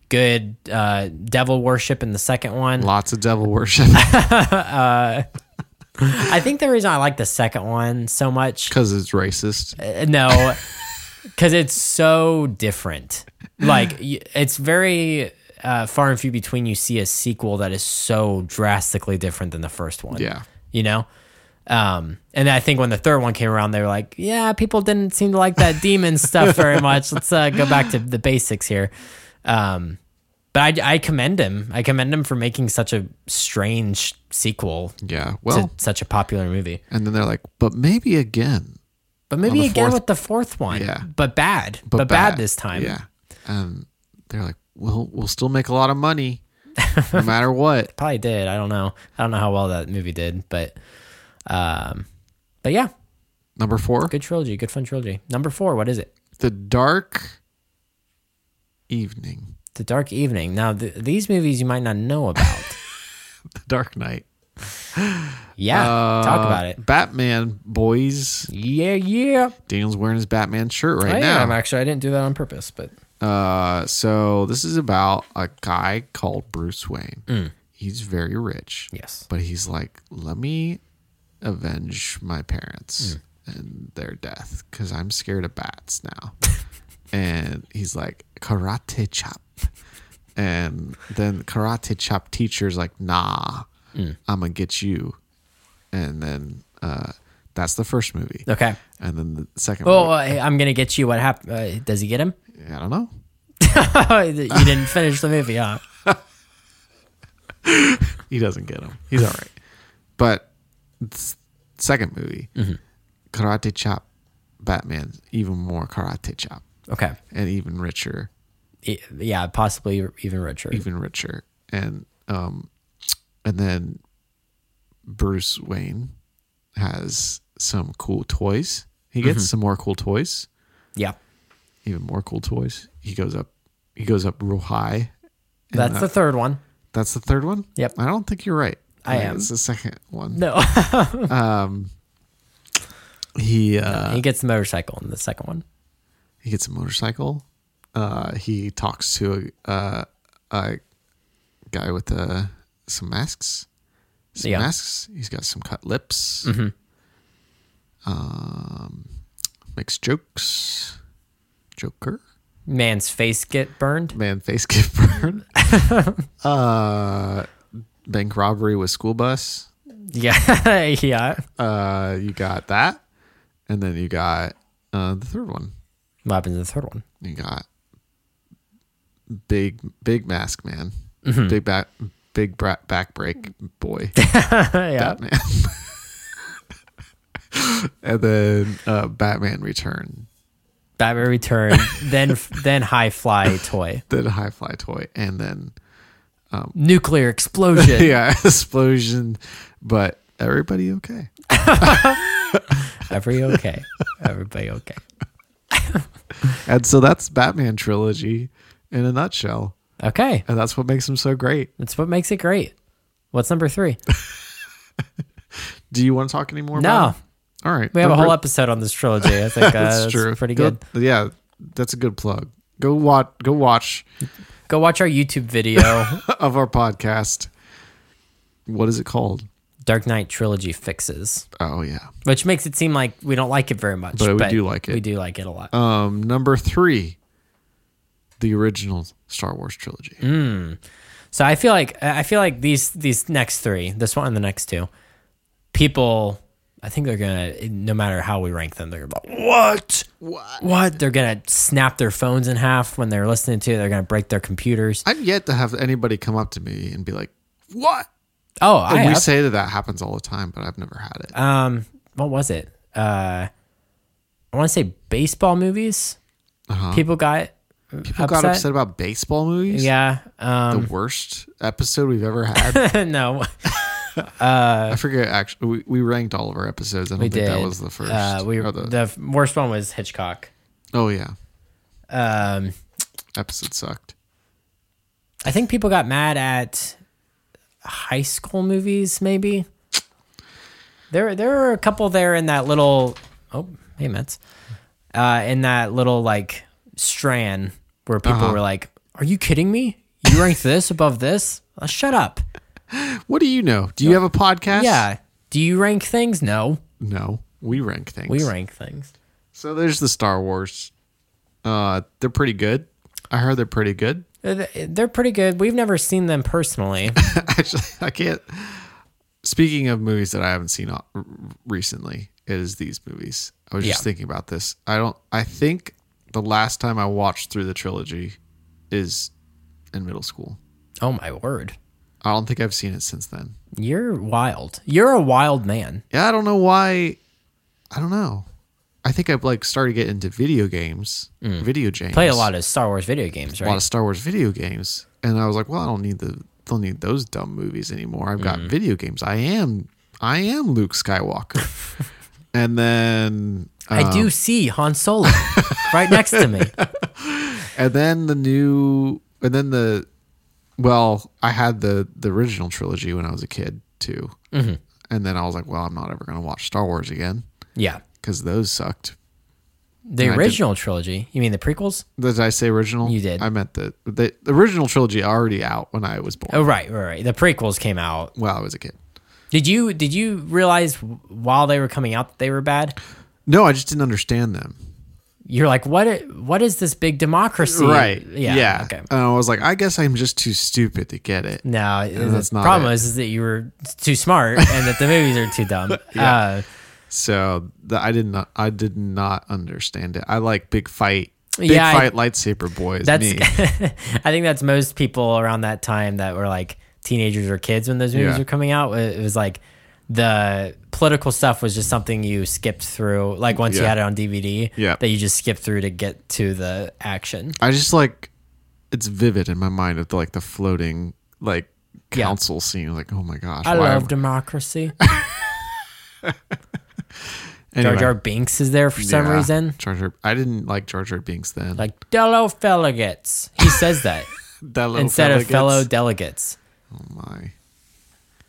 Speaker 2: Good uh, devil worship in the second one.
Speaker 1: Lots of devil worship
Speaker 2: I think the reason I like the second one so much
Speaker 1: because it's racist.
Speaker 2: Uh, no because it's so different like y- it's very uh, far and few between you see a sequel that is so drastically different than the first one
Speaker 1: Yeah.
Speaker 2: you know um, and i think when the third one came around they were like yeah people didn't seem to like that demon stuff very much let's uh, go back to the basics here um, but I, I commend him i commend him for making such a strange sequel
Speaker 1: Yeah.
Speaker 2: to
Speaker 1: Well,
Speaker 2: such a popular movie
Speaker 1: and then they're like, but maybe again.
Speaker 2: but maybe
Speaker 1: the
Speaker 2: again
Speaker 1: fourth-
Speaker 2: with the fourth one.
Speaker 1: Yeah.
Speaker 2: But bad. But, bad. this time.
Speaker 1: Yeah. And they're like, well, we'll still make a lot of money no matter what.
Speaker 2: Probably did. I don't know. I don't know how well that movie did, but um but yeah,
Speaker 1: Number four,
Speaker 2: good trilogy, good fun trilogy. Number four, what is it?
Speaker 1: The Dark Evening,
Speaker 2: The Dark Evening. Now th- these movies you might not know about.
Speaker 1: The Dark Knight.
Speaker 2: Yeah, talk
Speaker 1: Uh,
Speaker 2: about it.
Speaker 1: Batman, boys.
Speaker 2: Yeah, yeah.
Speaker 1: Daniel's wearing his Batman shirt right
Speaker 2: Oh, I
Speaker 1: now.
Speaker 2: am actually. I didn't do that on purpose, but Mm.
Speaker 1: Uh, so this is about a guy called Bruce Wayne. he's very rich.
Speaker 2: Yes.
Speaker 1: But he's like, let me avenge my parents and their death because I'm scared of bats now. and he's like, karate chop. And then karate chop teacher's like, nah, I'm going to get you. And then uh, that's the first movie.
Speaker 2: Okay.
Speaker 1: And then the second
Speaker 2: Oh,
Speaker 1: one,
Speaker 2: I- I'm gonna get you. What happened? Uh, does he get him?
Speaker 1: I don't know.
Speaker 2: you didn't finish the movie, huh?
Speaker 1: he doesn't get him. He's all right. But s- second movie,
Speaker 2: Mm-hmm.
Speaker 1: Karate Chop, Batman, even more Karate Chop,
Speaker 2: Okay.
Speaker 1: and even richer,
Speaker 2: E- Yeah, possibly even richer.
Speaker 1: even richer, and um, and then Bruce Wayne has some cool toys. He gets
Speaker 2: Mm-hmm.
Speaker 1: some more cool toys,
Speaker 2: Yeah.
Speaker 1: even more cool toys. He goes up, he goes up real high. and
Speaker 2: That's the
Speaker 1: that-
Speaker 2: third one.
Speaker 1: that's the third one.
Speaker 2: Yep.
Speaker 1: I don't think you're right.
Speaker 2: I
Speaker 1: think
Speaker 2: am.
Speaker 1: It's the second one.
Speaker 2: No,
Speaker 1: Um, He uh,
Speaker 2: he gets the motorcycle in the second one.
Speaker 1: he gets a motorcycle. Uh, he talks to a, uh, a guy with uh some masks. Some
Speaker 2: Yeah. Mm-hmm.
Speaker 1: masks. He's got some cut lips. Um, makes jokes. Joker.
Speaker 2: Man's face get burned.
Speaker 1: Man, face get burned. uh, bank robbery with school bus.
Speaker 2: Yeah, yeah.
Speaker 1: Uh, you got that, and then you got uh, the third one.
Speaker 2: What happens in the third one?
Speaker 1: you got big big mask man
Speaker 2: Mm-hmm.
Speaker 1: big back big bra- back break boy
Speaker 2: yeah,
Speaker 1: batman and then uh, batman return
Speaker 2: Batman Return. then, then High Fly toy.
Speaker 1: then high fly toy and then
Speaker 2: Nuclear explosion.
Speaker 1: yeah explosion but everybody okay
Speaker 2: Every okay. Everybody okay.
Speaker 1: and so that's batman trilogy in a nutshell
Speaker 2: Okay,
Speaker 1: and that's what makes him so great
Speaker 2: that's what makes it great. What's number three?
Speaker 1: do you want to talk anymore
Speaker 2: No.
Speaker 1: about it? all right
Speaker 2: We have a
Speaker 1: Number-
Speaker 2: whole episode on this trilogy. I think uh, that's, pretty
Speaker 1: Go-
Speaker 2: good.
Speaker 1: yeah, that's a good plug. Go watch. Go watch
Speaker 2: Go watch our YouTube video,
Speaker 1: of our podcast. What is it called?
Speaker 2: Dark Knight Trilogy Fixes,
Speaker 1: Oh yeah.
Speaker 2: which makes it seem like we don't like it very much.
Speaker 1: But we do like it.
Speaker 2: We do like it a lot.
Speaker 1: Um, number three, the original Star Wars trilogy.
Speaker 2: Mm. So I feel like I feel like these these next three, this one and the next two, people, I think they're gonna no matter how we rank them, they're gonna be like, what what what? They're gonna snap their phones in half when they're listening to. it. They're gonna break their computers.
Speaker 1: I've yet to have anybody come up to me and be like, "What?"
Speaker 2: Oh, I
Speaker 1: And we
Speaker 2: have.
Speaker 1: say that that happens all the time, but I've never had it.
Speaker 2: um, what was it? Uh, I want to say baseball movies. People got
Speaker 1: Uh-huh. People got upset about baseball movies.
Speaker 2: Yeah. Uh, Um,
Speaker 1: The worst episode we've ever had.
Speaker 2: no,
Speaker 1: I forget. Actually, we, we ranked all of our episodes. I don't
Speaker 2: we
Speaker 1: think
Speaker 2: did.
Speaker 1: that was the first.
Speaker 2: Uh, we
Speaker 1: or
Speaker 2: the,
Speaker 1: the,
Speaker 2: the worst one was Hitchcock.
Speaker 1: oh yeah,
Speaker 2: Um,
Speaker 1: episode sucked.
Speaker 2: I think people got mad at high school movies, maybe. There, there were a couple there in that little. Oh, hey, Mets. Uh, in that little like strand where people were like, "Are you kidding me? You ranked this above this? Uh, shut up!"
Speaker 1: What do you know? Do you have a podcast?
Speaker 2: Yeah. Do you rank things? No,
Speaker 1: No, we rank things.
Speaker 2: we rank things.
Speaker 1: So there's the Star Wars. Uh, they're pretty good. I heard they're pretty good.
Speaker 2: They're they're pretty good. We've never seen them personally.
Speaker 1: Actually, I can't. Speaking of movies that I haven't seen uh, r- recently, is these movies. I was
Speaker 2: Yeah.
Speaker 1: just thinking about this. I don't. I think the last time I watched through the trilogy is in middle school.
Speaker 2: oh my word,
Speaker 1: I don't think I've seen it since then.
Speaker 2: you're wild. You're a wild man.
Speaker 1: Yeah, I don't know why. I don't know. I think I've like started getting into video games, video games.
Speaker 2: Mm. Play a lot of Star Wars video games,
Speaker 1: a lot
Speaker 2: right?
Speaker 1: of Star Wars video games, and I was like, well, I don't need the don't need those dumb movies anymore. I've
Speaker 2: Mm-hmm.
Speaker 1: got video games. I am I am Luke Skywalker. and then uh,
Speaker 2: I do see Han Solo right next to me.
Speaker 1: and then the new and then the well, I had the the original trilogy when I was a kid too,
Speaker 2: Mm-hmm.
Speaker 1: and then I was like, well, I'm not ever gonna watch Star Wars again
Speaker 2: Yeah.
Speaker 1: because those sucked.
Speaker 2: The
Speaker 1: And I did-
Speaker 2: original trilogy. You mean the prequels?
Speaker 1: Did I say original?
Speaker 2: You did.
Speaker 1: I meant the the, the original trilogy already out when I was born.
Speaker 2: Oh right, right, right. The prequels came out.
Speaker 1: Well, I was a kid.
Speaker 2: Did you did you realize while they were coming out that they were bad?
Speaker 1: No, I just didn't understand them.
Speaker 2: You're like, what? i- What is this big democracy?
Speaker 1: right.
Speaker 2: Yeah.
Speaker 1: Yeah.
Speaker 2: Okay.
Speaker 1: And I was like, I guess I'm just too stupid to get it.
Speaker 2: No,
Speaker 1: that's
Speaker 2: the
Speaker 1: not
Speaker 2: problem
Speaker 1: it.
Speaker 2: is is that you were too smart and that the movies are too dumb. uh,
Speaker 1: So the, I did not. I did not understand it. I like big fight. Big
Speaker 2: Yeah, I-
Speaker 1: fight lightsaber boy is
Speaker 2: that's
Speaker 1: me.
Speaker 2: I think that's most people around that time that were like teenagers or kids when those movies
Speaker 1: Yeah.
Speaker 2: were coming out. It it was like the political stuff was just something you skipped through, like once you
Speaker 1: Yeah.
Speaker 2: had it on DVD,
Speaker 1: Yeah.
Speaker 2: that you just skipped through to get to the action.
Speaker 1: I just like it's vivid in my mind of the, like the floating like
Speaker 2: Yeah.
Speaker 1: council scene. Like oh my gosh,
Speaker 2: I
Speaker 1: why am-
Speaker 2: love democracy. Jar
Speaker 1: Anyway.
Speaker 2: Jar Binks is there for some
Speaker 1: Yeah.
Speaker 2: reason.
Speaker 1: Jar Jar. I didn't like Jar Jar Binks then.
Speaker 2: Like fellow delegates, he says that
Speaker 1: That little
Speaker 2: instead
Speaker 1: fella
Speaker 2: of fellow
Speaker 1: gets-
Speaker 2: delegates.
Speaker 1: oh my.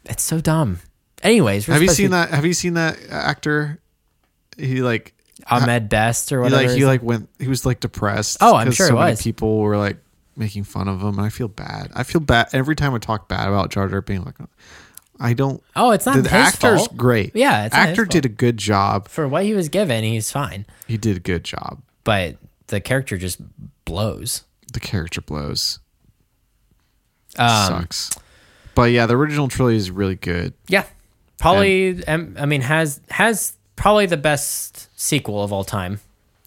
Speaker 2: It's so dumb. Anyways, we're
Speaker 1: Have you
Speaker 2: supposed
Speaker 1: seen
Speaker 2: to-
Speaker 1: that? Have you seen that actor? He like
Speaker 2: Ahmed Best or
Speaker 1: he
Speaker 2: whatever?
Speaker 1: like
Speaker 2: his
Speaker 1: he like went. He was like depressed.
Speaker 2: Oh, I'm
Speaker 1: 'cause
Speaker 2: sure
Speaker 1: so
Speaker 2: it
Speaker 1: many
Speaker 2: was.
Speaker 1: people were like making fun of him, and I feel bad. I feel bad every time I talk bad about Jar Jar being like, I don't.
Speaker 2: Oh, it's not
Speaker 1: the
Speaker 2: his
Speaker 1: actor's
Speaker 2: fault.
Speaker 1: great.
Speaker 2: Yeah, it's not his
Speaker 1: actor
Speaker 2: fault.
Speaker 1: did a good job.
Speaker 2: for what he was given, he's fine.
Speaker 1: He did a good job.
Speaker 2: But the character just blows.
Speaker 1: The character blows.
Speaker 2: Um,
Speaker 1: Sucks. But yeah, the original trilogy is really good.
Speaker 2: Yeah, probably. em I mean, has has probably the best sequel of all time.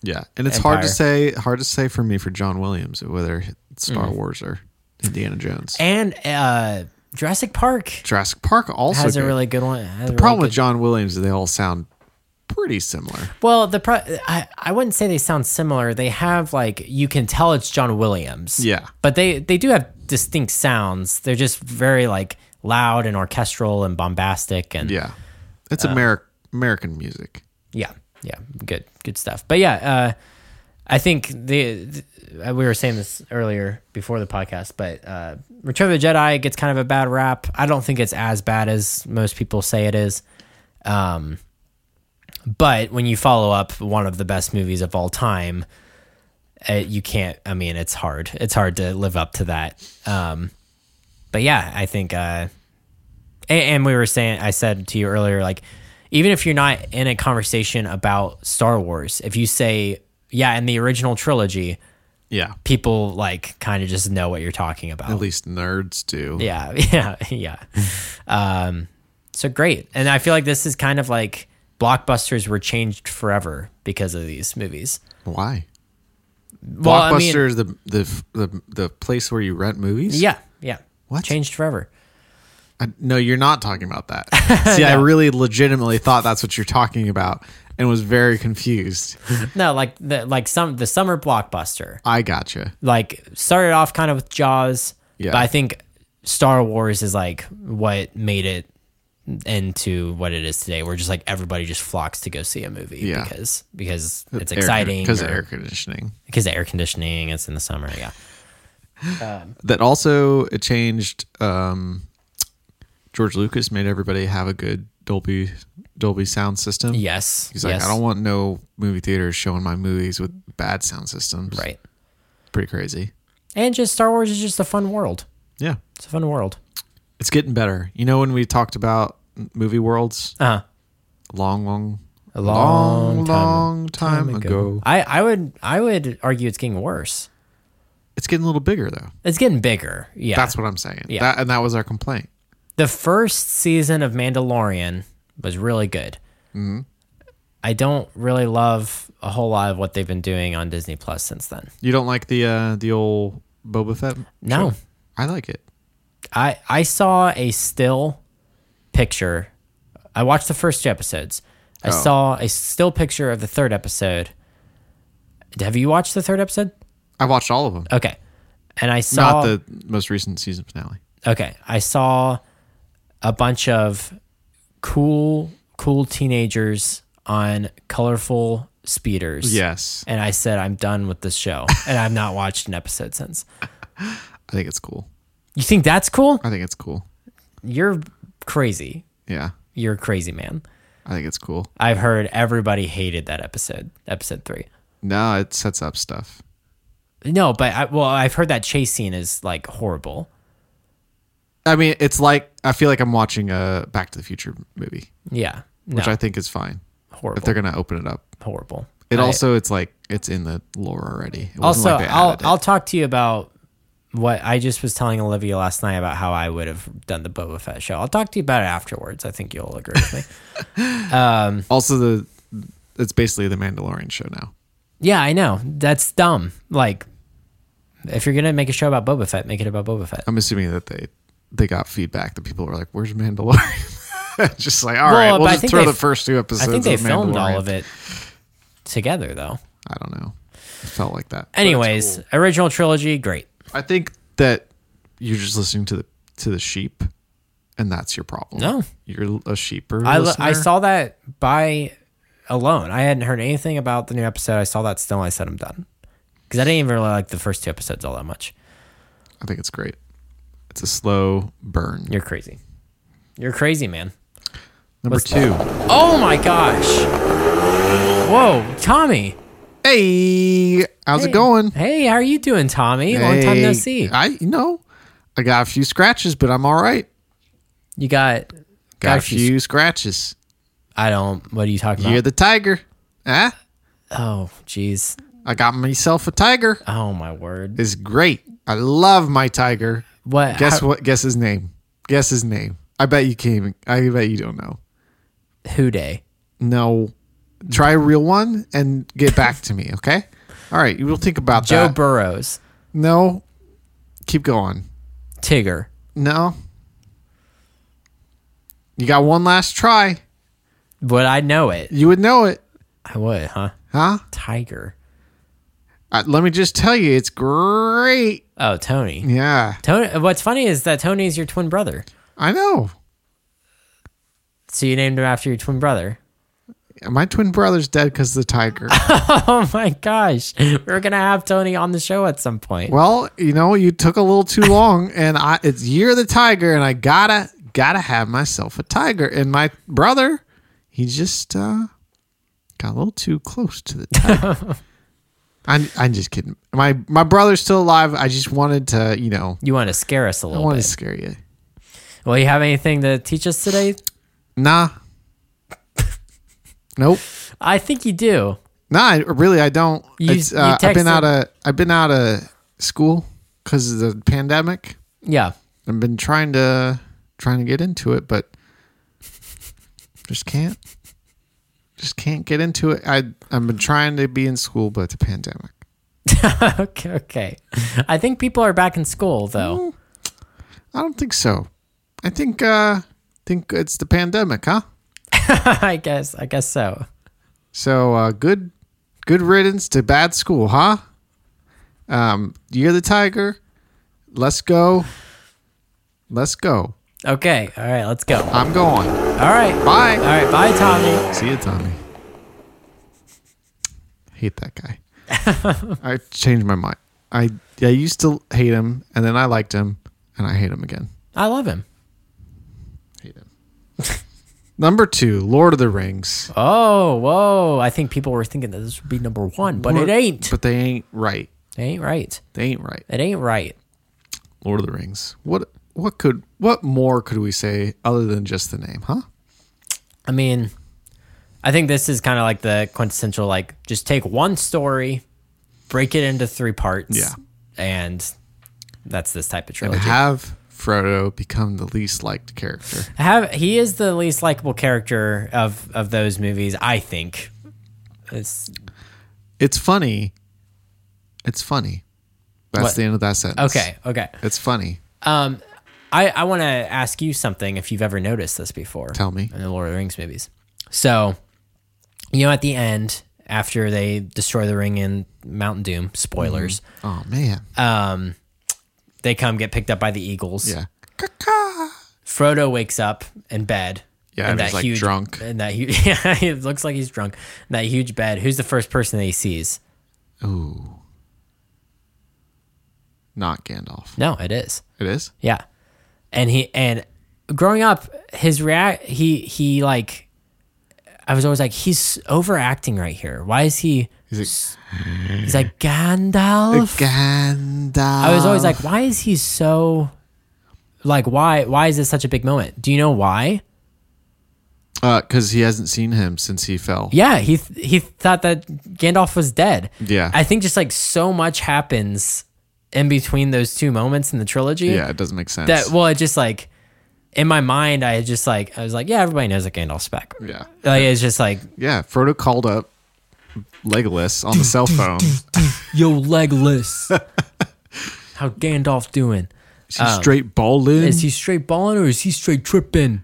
Speaker 1: Yeah, and it's hard to
Speaker 2: Empire. Mm.
Speaker 1: say hard to say for me for John Williams whether it's Star Wars or Indiana Jones.
Speaker 2: And uh, Jurassic Park
Speaker 1: Jurassic Park also
Speaker 2: has a
Speaker 1: good.
Speaker 2: really good one. The
Speaker 1: problem with John Williams is they all sound pretty similar.
Speaker 2: Well, the pro- I I wouldn't say they sound similar. They have like you can tell it's John Williams.
Speaker 1: Yeah.
Speaker 2: But they they do have distinct sounds. They're just very like loud and orchestral and bombastic and
Speaker 1: Yeah, it's
Speaker 2: Uh,
Speaker 1: Ameri- American music.
Speaker 2: yeah, yeah, good good stuff. But yeah, uh I think the, the- we were saying this earlier before the podcast, but uh Return of the Jedi gets kind of a bad rap. I don't think it's as bad as most people say it is. Um but when you follow up one of the best movies of all time, uh, you can't i mean it's hard it's hard to live up to that um but yeah i think uh a- and, we were saying i said to you earlier like even if you're not in a conversation about star wars if you say yeah in the original trilogy
Speaker 1: Yeah,
Speaker 2: people like kind of just know what you're talking
Speaker 1: at
Speaker 2: about
Speaker 1: least nerds do.
Speaker 2: yeah yeah yeah um so great and i feel like this is kind of like blockbusters were changed forever because of these movies
Speaker 1: Why?
Speaker 2: Well, I mean-
Speaker 1: Blockbuster is the, the the the place where you rent movies.
Speaker 2: yeah yeah
Speaker 1: What?
Speaker 2: changed forever
Speaker 1: I, no, you're not talking about that. See, I really legitimately thought that's what you're talking about, and was very confused.
Speaker 2: No, like the like some the summer blockbuster.
Speaker 1: I gotcha.
Speaker 2: Like started off kind of with Jaws,
Speaker 1: Yeah.
Speaker 2: but I think Star Wars is like what made it into what it is today. Where just like everybody just flocks to go see a movie
Speaker 1: Yeah.
Speaker 2: because because it's exciting
Speaker 1: because
Speaker 2: or-
Speaker 1: air conditioning.
Speaker 2: because of air conditioning. It's in the summer. Yeah,
Speaker 1: that also it changed um George Lucas made everybody have a good Dolby Dolby sound system.
Speaker 2: yes,
Speaker 1: He's like,
Speaker 2: yes.
Speaker 1: I don't want no movie theaters showing my movies with bad sound systems.
Speaker 2: right.
Speaker 1: Pretty crazy.
Speaker 2: And just Star Wars is just a fun world.
Speaker 1: Yeah.
Speaker 2: It's a fun world.
Speaker 1: It's getting better. You know when we talked about movie worlds
Speaker 2: Uh huh.
Speaker 1: long, long
Speaker 2: A long time-
Speaker 1: long time, ago.
Speaker 2: I I would I would argue it's getting worse.
Speaker 1: It's getting a little bigger though.
Speaker 2: It's getting bigger. Yeah,
Speaker 1: That's what I'm saying.
Speaker 2: Yeah.
Speaker 1: That, and that was our complaint.
Speaker 2: the first season of Mandalorian was really good.
Speaker 1: Mm-hmm.
Speaker 2: I don't really love a whole lot of what they've been doing on Disney Plus since then.
Speaker 1: You don't like the uh the old Boba Fett?
Speaker 2: No.
Speaker 1: show? I like it.
Speaker 2: I I saw a still picture. I watched the first two episodes. I
Speaker 1: Oh.
Speaker 2: saw a still picture of the third episode. Have you watched the third episode?
Speaker 1: I watched all of them.
Speaker 2: Okay. And I
Speaker 1: not
Speaker 2: saw
Speaker 1: the most recent season finale.
Speaker 2: Okay, I saw a bunch of cool, cool teenagers on colorful speeders.
Speaker 1: Yes,
Speaker 2: And I said, I'm done with this show. And I've not watched an episode since.
Speaker 1: I think it's cool.
Speaker 2: You think that's cool?
Speaker 1: I think it's cool.
Speaker 2: You're crazy.
Speaker 1: Yeah,
Speaker 2: You're a crazy man.
Speaker 1: I think it's cool.
Speaker 2: I've heard everybody hated that episode, episode three.
Speaker 1: No, it sets up stuff.
Speaker 2: No, but I, well, I've heard that chase scene is like horrible.
Speaker 1: I mean, it's like I feel like I'm watching a Back to the Future movie,
Speaker 2: Yeah, no,
Speaker 1: which I think is fine
Speaker 2: horrible,
Speaker 1: if they're gonna open it up.
Speaker 2: horrible.
Speaker 1: It
Speaker 2: I-
Speaker 1: also it's like it's in the lore already. It wasn't
Speaker 2: also
Speaker 1: like they
Speaker 2: I'll
Speaker 1: added it.
Speaker 2: I'll talk to you about what I just was telling Olivia last night about how I would have done the Boba Fett show. I'll talk to you about it afterwards. I think you'll agree with me.
Speaker 1: also the it's basically the Mandalorian show now.
Speaker 2: Yeah, I know. That's dumb. Like, if you're gonna make a show about Boba Fett, make it about Boba Fett.
Speaker 1: I'm assuming that they they got feedback that people were like, "Where's Mandalorian?" just like, all right, we'll
Speaker 2: Well, but I
Speaker 1: just
Speaker 2: think
Speaker 1: throw
Speaker 2: they-
Speaker 1: the first two
Speaker 2: I
Speaker 1: episodes.
Speaker 2: think they
Speaker 1: of
Speaker 2: filmed all of
Speaker 1: Mandalorian."
Speaker 2: it together, though.
Speaker 1: I don't know. It felt like that. But it's
Speaker 2: Anyways, original trilogy, great.
Speaker 1: cool. I think that you're just listening to the to the sheep, and that's your problem.
Speaker 2: No.
Speaker 1: you're a sheeper.
Speaker 2: I,
Speaker 1: listener.
Speaker 2: I saw that by alone. I hadn't heard anything about the new episode. I saw that still. I said I'm done because I didn't even really like the first two episodes all that much.
Speaker 1: I think it's great. It's a slow burn.
Speaker 2: You're crazy. You're crazy, man.
Speaker 1: Number
Speaker 2: what's
Speaker 1: two.
Speaker 2: Oh my gosh. Whoa, Tommy.
Speaker 1: Hey, how's it going?
Speaker 2: Hey, how are you doing, Tommy? Long time no
Speaker 1: Hey,
Speaker 2: see.
Speaker 1: I you know, I got a few scratches, but I'm all right.
Speaker 2: You got got,
Speaker 1: Got, a few, scratches.
Speaker 2: I don't. What are you talking
Speaker 1: You're
Speaker 2: about?
Speaker 1: the tiger. Ah,
Speaker 2: oh, jeez.
Speaker 1: I got myself a tiger.
Speaker 2: Oh my word.
Speaker 1: It's great. I love my tiger.
Speaker 2: What?
Speaker 1: Guess
Speaker 2: how-
Speaker 1: what? Guess his name. Guess his name. I bet you can't. Even, I bet you don't know.
Speaker 2: Who day?
Speaker 1: Uh, No. Try a real one and get back to me. Okay. All right. You will think about
Speaker 2: Joe
Speaker 1: that.
Speaker 2: Burrows.
Speaker 1: no. Keep going.
Speaker 2: Tigger.
Speaker 1: No. You got one last try.
Speaker 2: Would I know it?
Speaker 1: You would know it,
Speaker 2: I would, huh?
Speaker 1: huh?
Speaker 2: Tiger.
Speaker 1: Uh, let me just tell you, it's great.
Speaker 2: Oh, Tony.
Speaker 1: Yeah,
Speaker 2: Tony. What's funny is that Tony is your twin brother.
Speaker 1: I know.
Speaker 2: So you named him after your twin brother.
Speaker 1: My twin brother's dead because the tiger.
Speaker 2: Oh my gosh. We're gonna have Tony on the show at some point.
Speaker 1: well, you know, you took a little too long, and I it's year of the tiger, and I gotta gotta have myself a tiger. And my brother, he just uh, got a little too close to the tiger. I'm I'm just kidding. My my brother's still alive. I just wanted to, you know,
Speaker 2: You want to scare us a
Speaker 1: I
Speaker 2: little
Speaker 1: wanted
Speaker 2: bit.
Speaker 1: to scare you.
Speaker 2: Well, you have anything to teach us today?
Speaker 1: Nah. nope.
Speaker 2: I think you do.
Speaker 1: No, I, really, I don't.
Speaker 2: You-
Speaker 1: it's,
Speaker 2: you
Speaker 1: uh, I've been
Speaker 2: texted-
Speaker 1: out of I've been out of school because of the pandemic.
Speaker 2: Yeah.
Speaker 1: I've been trying to trying to get into it, but just can't. Just can't get into it. I I've been trying to be in school, but the pandemic.
Speaker 2: okay. Okay. I think people are back in school though.
Speaker 1: I don't think so. I think uh think it's the pandemic, huh?
Speaker 2: I guess. I guess so.
Speaker 1: So uh, good good riddance to bad school, huh? Um, you're the tiger. Let's go. Let's go.
Speaker 2: Okay. All right. Let's go.
Speaker 1: I'm going.
Speaker 2: All right. All
Speaker 1: Bye.
Speaker 2: right. Bye, Tommy.
Speaker 1: See you, Tommy. Hate that guy. I changed my mind. I I used to hate him, and then I liked him, and I hate him again.
Speaker 2: I love him.
Speaker 1: Hate him. Number two, Lord of the Rings,
Speaker 2: Oh, whoa. I think people were thinking that this would be number one, but it ain't.
Speaker 1: but they ain't right.
Speaker 2: It ain't right.
Speaker 1: They ain't right.
Speaker 2: It ain't right.
Speaker 1: Lord of the Rings. What what could what more could we say other than just the name, huh?
Speaker 2: I mean, I think this is kind of like the quintessential like just take one story, break it into three parts.
Speaker 1: Yeah.
Speaker 2: And that's this type of
Speaker 1: And
Speaker 2: trilogy.
Speaker 1: have Frodo become the least liked character.
Speaker 2: Have he is the least likable character of of those movies, I think. It's
Speaker 1: It's funny. It's funny. That's
Speaker 2: What?
Speaker 1: the end of that sentence.
Speaker 2: okay, okay. Um,
Speaker 1: It's funny.
Speaker 2: I I want to ask you something if you've ever noticed this before.
Speaker 1: Tell me.
Speaker 2: in the Lord of the Rings movies. So, you know, at the end after they destroy the ring in Mountain Doom, spoilers,
Speaker 1: Oh man.
Speaker 2: Uh, they come get picked up by the eagles.
Speaker 1: yeah.
Speaker 2: Frodo wakes up in bed.
Speaker 1: Yeah,
Speaker 2: in
Speaker 1: and he's, like,
Speaker 2: huge,
Speaker 1: drunk.
Speaker 2: And that huge, yeah, it looks like he's drunk. In that huge bed. Who's the first person that he sees?
Speaker 1: Ooh. Not Gandalf.
Speaker 2: No, it is.
Speaker 1: It is?
Speaker 2: Yeah. And he and growing up, his react he he like I was always like, he's overacting right here. Why is he?
Speaker 1: He's
Speaker 2: He's like Gandalf.
Speaker 1: Gandalf.
Speaker 2: I was always like, why is he so? Like, why? Why is this such a big moment? Do you know why?
Speaker 1: because Uh, he hasn't seen him since he fell.
Speaker 2: Yeah, he th- he thought that Gandalf was dead.
Speaker 1: Yeah.
Speaker 2: I think just like so much happens in between those two moments in the trilogy.
Speaker 1: Yeah, it doesn't make sense.
Speaker 2: That well, it just like in my mind, I just like I was like, yeah, everybody knows that Gandalf's back.
Speaker 1: yeah,
Speaker 2: Like it's just like
Speaker 1: yeah. Frodo called up Legolas on the cell phone.
Speaker 2: Um, yo legless. How Gandalf doing?
Speaker 1: Is he straight balling?
Speaker 2: Is he straight balling or is he straight tripping?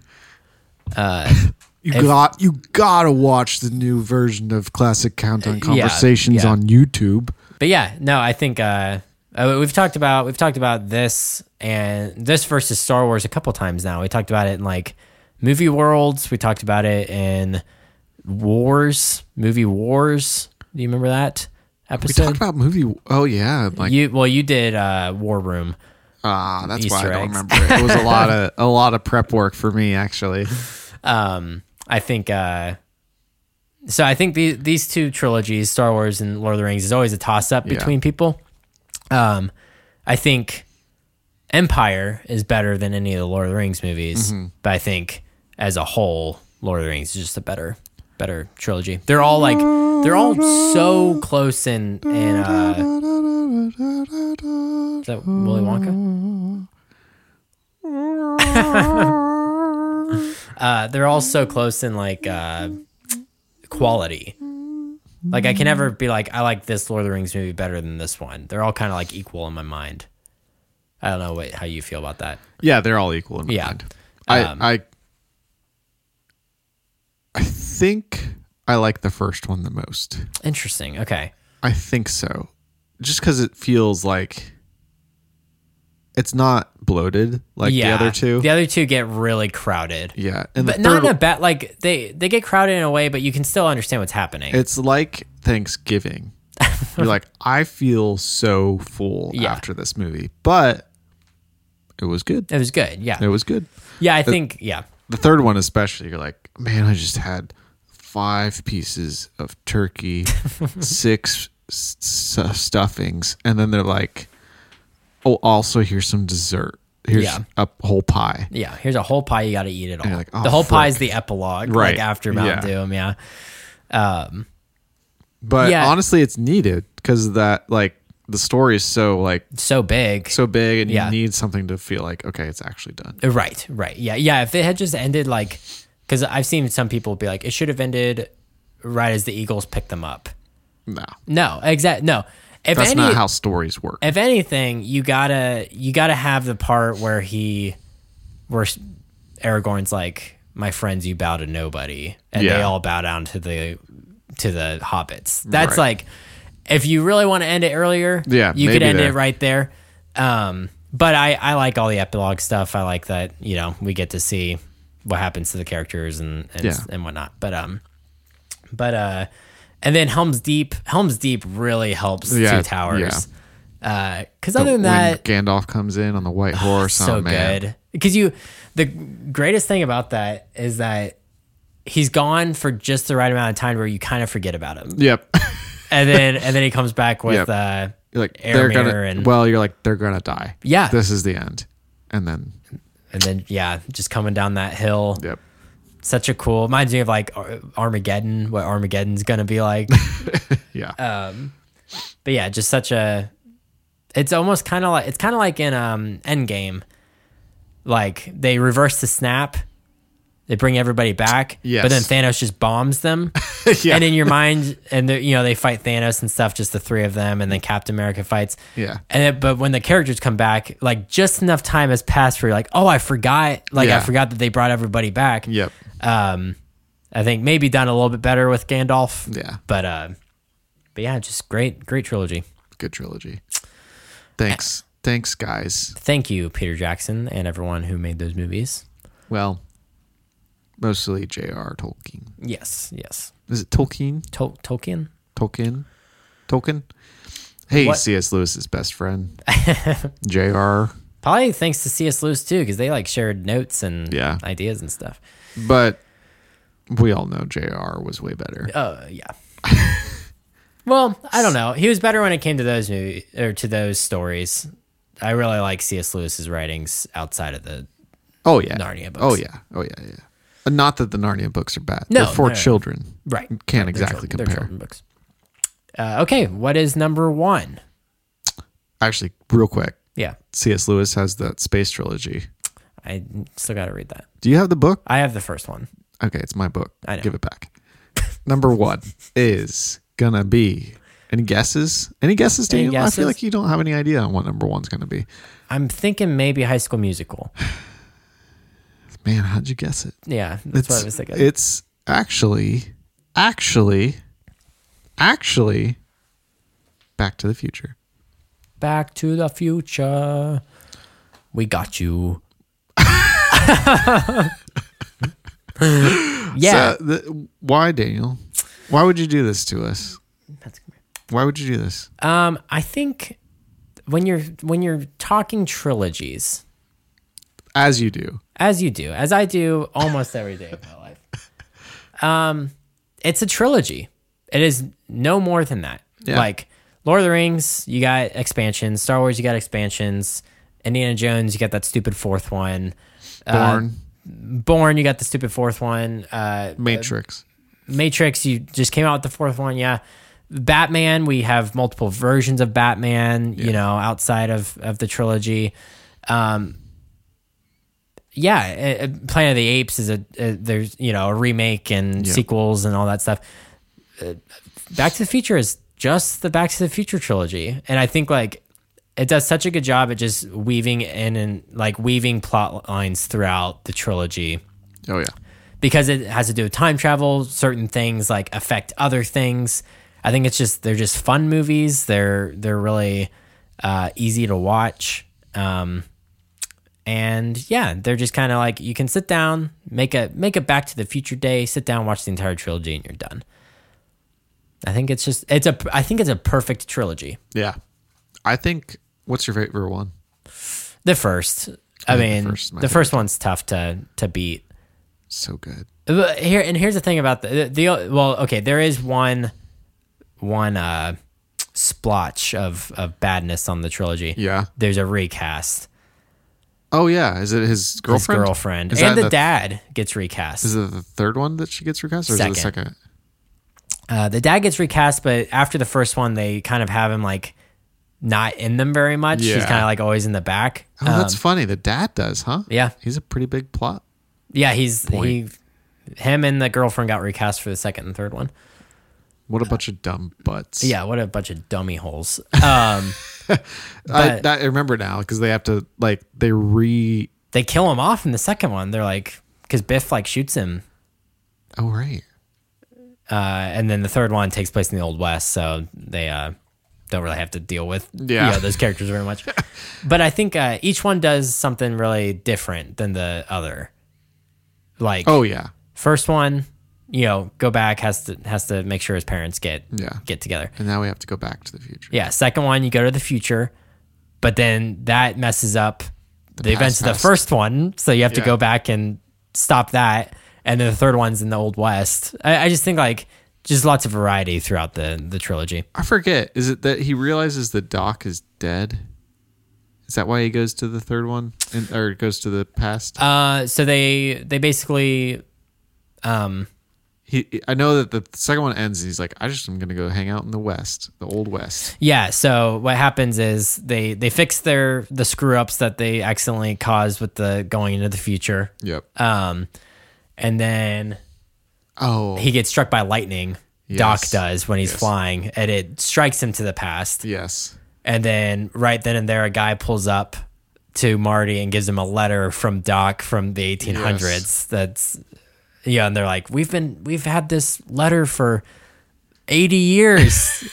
Speaker 1: you got you gotta watch the new version of classic Countdown Conversations
Speaker 2: yeah.
Speaker 1: on YouTube.
Speaker 2: But yeah, no, I think uh, uh, we've talked about we've talked about this and this versus Star Wars a couple times now. We talked about it in like movie worlds. We talked about it in wars, movie wars. Do you remember that
Speaker 1: We
Speaker 2: episode?
Speaker 1: talked about movie. Oh yeah, like
Speaker 2: you well, you did uh, War Room.
Speaker 1: ah, that's why I
Speaker 2: Easter
Speaker 1: don't
Speaker 2: eggs.
Speaker 1: remember. It. it was a lot of a lot of prep work for me actually.
Speaker 2: Um, I think uh, so. I think the, these two trilogies, Star Wars and Lord of the Rings, is always a toss up
Speaker 1: Yeah.
Speaker 2: between people. Um, I think Empire is better than any of the Lord of the Rings movies, but I think as a whole, Lord of the Rings is just a better, better trilogy. They're all like they're all so close in in. Uh, is that Willy Wonka? Uh, they're all so close in like uh, quality. Like I can never be like I like this Lord of the Rings movie better than this one. They're all kind of like equal in my mind. I don't know what, how you feel about that.
Speaker 1: Yeah, they're all equal in my
Speaker 2: Yeah.
Speaker 1: mind. I,
Speaker 2: Um,
Speaker 1: I I think I like the first one the most.
Speaker 2: Interesting. Okay.
Speaker 1: I think so. Just because it feels like it's not bloated like
Speaker 2: yeah.
Speaker 1: the other two.
Speaker 2: The other two get really crowded,
Speaker 1: yeah, and
Speaker 2: but
Speaker 1: the
Speaker 2: not
Speaker 1: third,
Speaker 2: in a bad. Like they they get crowded in a way, but you can still understand what's happening.
Speaker 1: it's like Thanksgiving. You're like, I feel so full
Speaker 2: Yeah.
Speaker 1: after this movie, but it was good.
Speaker 2: it was good. Yeah.
Speaker 1: It was good.
Speaker 2: yeah. I think. yeah.
Speaker 1: the third one especially you're like man i just had five pieces of turkey six s- s- stuffings and then they're like oh also here's some dessert here's
Speaker 2: Yeah.
Speaker 1: a whole pie
Speaker 2: Yeah, here's a whole pie. You got to eat it all.
Speaker 1: you're like, oh,
Speaker 2: the whole pie
Speaker 1: frick.
Speaker 2: is the epilogue,
Speaker 1: Right.
Speaker 2: Like after Mountain Doom, yeah. Um,
Speaker 1: but
Speaker 2: Yeah.
Speaker 1: honestly it's needed because that like the story is so like
Speaker 2: so big.
Speaker 1: so big and
Speaker 2: Yeah.
Speaker 1: you need something to feel like okay it's actually done
Speaker 2: right, right, yeah, yeah. If it had just ended like, because I've seen some people be like, it should have ended right as the Eagles pick them up.
Speaker 1: no
Speaker 2: No, exact. No, if
Speaker 1: that's
Speaker 2: any,
Speaker 1: not how stories work
Speaker 2: if anything, you gotta you gotta have the part where he, where Aragorn's like, my friends, you bow to nobody, and they
Speaker 1: Yeah.
Speaker 2: all bow down to the to the hobbits. That's
Speaker 1: Right.
Speaker 2: like, if you really want to end it earlier,
Speaker 1: Yeah,
Speaker 2: you could
Speaker 1: maybe
Speaker 2: end
Speaker 1: there.
Speaker 2: it right there. Um, but I I like all the epilogue stuff. I like that you know we get to see what happens to the characters and and,
Speaker 1: Yeah.
Speaker 2: and whatnot. But um, but uh, and then Helm's Deep Helm's Deep really helps
Speaker 1: Yeah,
Speaker 2: Two Towers.
Speaker 1: yeah.
Speaker 2: Because Uh, other than
Speaker 1: when
Speaker 2: that, Ah,
Speaker 1: gandalf comes in on the white horse
Speaker 2: so
Speaker 1: oh, man.
Speaker 2: good. Because you, the greatest thing about that is that he's gone for just the right amount of time where you kind of forget about him,
Speaker 1: yep
Speaker 2: and then and then he comes back with,
Speaker 1: Yep.
Speaker 2: uh,
Speaker 1: You're like
Speaker 2: Air
Speaker 1: they're gonna
Speaker 2: mirror and-
Speaker 1: well you're like they're gonna die
Speaker 2: Yeah.
Speaker 1: this is the end and then
Speaker 2: and then yeah, just coming down that hill.
Speaker 1: yep
Speaker 2: Such a cool reminds me of like Ar- Armageddon, what Armageddon's gonna be like.
Speaker 1: yeah
Speaker 2: Uh, but yeah, just such a. It's almost kind of like it's kind of like in um Endgame, like they reverse the snap, they bring everybody back,
Speaker 1: Yes.
Speaker 2: but then Thanos just bombs them,
Speaker 1: Yeah.
Speaker 2: and in your mind, and the- you know they fight Thanos and stuff, just the three of them, and then Captain America fights,
Speaker 1: Yeah.
Speaker 2: and it, but when the characters come back, like just enough time has passed where you're like, oh, I forgot, like I
Speaker 1: Yeah.
Speaker 2: forgot that they brought everybody back.
Speaker 1: yep
Speaker 2: Um, I think maybe done a little bit better with Gandalf.
Speaker 1: Yeah.
Speaker 2: But uh, but yeah, just great, great trilogy.
Speaker 1: good trilogy thanks thanks guys
Speaker 2: Thank you, Peter Jackson, and everyone who made those movies.
Speaker 1: well mostly J.R. Tolkien
Speaker 2: Yes, yes.
Speaker 1: is it Tolkien
Speaker 2: Tol- Tolkien.
Speaker 1: Tolkien Tolkien hey
Speaker 2: What-
Speaker 1: C.S. Lewis's best friend J.R.
Speaker 2: Probably thanks to C.S. Lewis too, because they like shared notes and
Speaker 1: Yeah.
Speaker 2: ideas and stuff.
Speaker 1: but we all know JR was way better.
Speaker 2: Uh, yeah. well, I don't know. He was better when it came to those movies or to those stories. I really like C.S. Lewis's writings outside of the.
Speaker 1: Oh yeah.
Speaker 2: Narnia books.
Speaker 1: Oh yeah. Oh yeah. Yeah. Uh, Not that the Narnia books are bad.
Speaker 2: No,
Speaker 1: They're for
Speaker 2: they're-
Speaker 1: children.
Speaker 2: Right.
Speaker 1: Can't
Speaker 2: They're
Speaker 1: exactly
Speaker 2: children- they're
Speaker 1: compare.
Speaker 2: children books. Uh, okay, what is number one?
Speaker 1: Actually, real quick,
Speaker 2: Yeah,
Speaker 1: C.S. Lewis has that space trilogy.
Speaker 2: I still got to read that.
Speaker 1: Do you have the book?
Speaker 2: I have the first one.
Speaker 1: Okay, it's my book.
Speaker 2: I know.
Speaker 1: Give it back. Number one is gonna be any guesses? Any guesses,
Speaker 2: Any
Speaker 1: Daniel? I
Speaker 2: guesses?
Speaker 1: feel like you don't have any idea on what number one's gonna be.
Speaker 2: I'm thinking maybe High School Musical.
Speaker 1: Man, how'd you guess it?
Speaker 2: Yeah, that's what I was thinking.
Speaker 1: It's actually, actually, actually, Back to the Future.
Speaker 2: Back to the Future. We got you. yeah,
Speaker 1: So, the, why, Daniel? Why would you do this to us?
Speaker 2: That's-
Speaker 1: Why would you do this?
Speaker 2: um, I think when you're when you're talking trilogies,
Speaker 1: As you do.
Speaker 2: as you do, as I do almost every day of my life. Um, it's a trilogy. It is no more than that.
Speaker 1: Yeah.
Speaker 2: Like Lord of the Rings, you got expansions. Star Wars, you got expansions. Indiana Jones, you got that stupid fourth one.
Speaker 1: Born,
Speaker 2: Born, you got the stupid fourth one. Uh,
Speaker 1: Matrix.
Speaker 2: Matrix, you just came out with the fourth one. Yeah. Batman, we have multiple versions of Batman, you know, outside of, of the trilogy. Um, yeah. uh, uh, Planet of the Apes is a, uh there's, you know, a remake and sequels and all that stuff. Uh, Back to the Future is just the Back to the Future trilogy. And I think like it does such a good job at just weaving in and like weaving plot lines throughout the trilogy
Speaker 1: Oh yeah.
Speaker 2: because it has to do with time travel, certain things like affect other things. I think it's just they're just fun movies. They're they're really uh, easy to watch, um, and yeah, they're just kind of like you can sit down, make a make a Back to the Future day, sit down, watch the entire trilogy, and you're done. I think it's just it's a I think it's a perfect trilogy.
Speaker 1: Yeah. I think what's your favorite one?
Speaker 2: The first,
Speaker 1: Yeah,
Speaker 2: I
Speaker 1: the
Speaker 2: mean, the
Speaker 1: first is
Speaker 2: first,
Speaker 1: my
Speaker 2: one's tough to to beat.
Speaker 1: So good.
Speaker 2: But here and here's the thing about the, the well okay there is one one uh splotch of of badness on the trilogy
Speaker 1: Yeah.
Speaker 2: there's a recast
Speaker 1: Oh yeah. Is it his
Speaker 2: his
Speaker 1: girlfriend?
Speaker 2: girlfriend
Speaker 1: Is
Speaker 2: and
Speaker 1: that
Speaker 2: the,
Speaker 1: the-
Speaker 2: dad gets recast
Speaker 1: Is it the third one that she gets recast, or is it the
Speaker 2: Second.
Speaker 1: second?
Speaker 2: uh, the dad gets recast but after the first one they kind of have him like not in them very much he's
Speaker 1: Yeah.
Speaker 2: kind of like always in the back
Speaker 1: Oh, that's funny. The dad does, huh?
Speaker 2: Um, yeah
Speaker 1: He's a pretty big plot.
Speaker 2: yeah he's he him and the girlfriend got recast for the second and third one
Speaker 1: What
Speaker 2: Uh,
Speaker 1: a bunch of dumb butts.
Speaker 2: yeah what a bunch of dummy holes um
Speaker 1: I,
Speaker 2: but-
Speaker 1: I remember now because they have to like they re.
Speaker 2: they kill him off in the second one. They're like, because Biff like shoots him,
Speaker 1: Oh right.
Speaker 2: uh, and then the third one takes place in the Old West, so they uh, don't really have to deal with
Speaker 1: Yeah.
Speaker 2: you know, those characters very much. but I think uh, each one does something really different than the other. Like
Speaker 1: Oh yeah.
Speaker 2: first one, you know, go back has to has to make sure his parents get
Speaker 1: Yeah.
Speaker 2: get together.
Speaker 1: And now we have to go back to the future.
Speaker 2: Yeah, second one you go to the future, but then that messes up the, events of the
Speaker 1: past.
Speaker 2: first one, so you have to
Speaker 1: Yeah.
Speaker 2: go back and stop that. And then the third one's in the old west. I, I just think like just lots of variety throughout the the trilogy.
Speaker 1: I forget. Is it that he realizes that Doc is dead? Is that why he goes to the third one, and, or goes to the past?
Speaker 2: Uh, so they they basically, um,
Speaker 1: he, I know that the second one ends. And he's like, I just am gonna go hang out in the West, the old West.
Speaker 2: yeah. So what happens is they they fix their the screw ups that they accidentally caused with the going into the future.
Speaker 1: Yep.
Speaker 2: Um, and then
Speaker 1: oh,
Speaker 2: he gets struck by lightning. Doc
Speaker 1: Yes.
Speaker 2: does when he's
Speaker 1: Yes.
Speaker 2: flying, and it strikes him to the past.
Speaker 1: yes.
Speaker 2: And then right then and there, a guy pulls up to Marty and gives him a letter from Doc from the 1800s. That's yeah, and they're like, we've been we've had this letter for 80 years.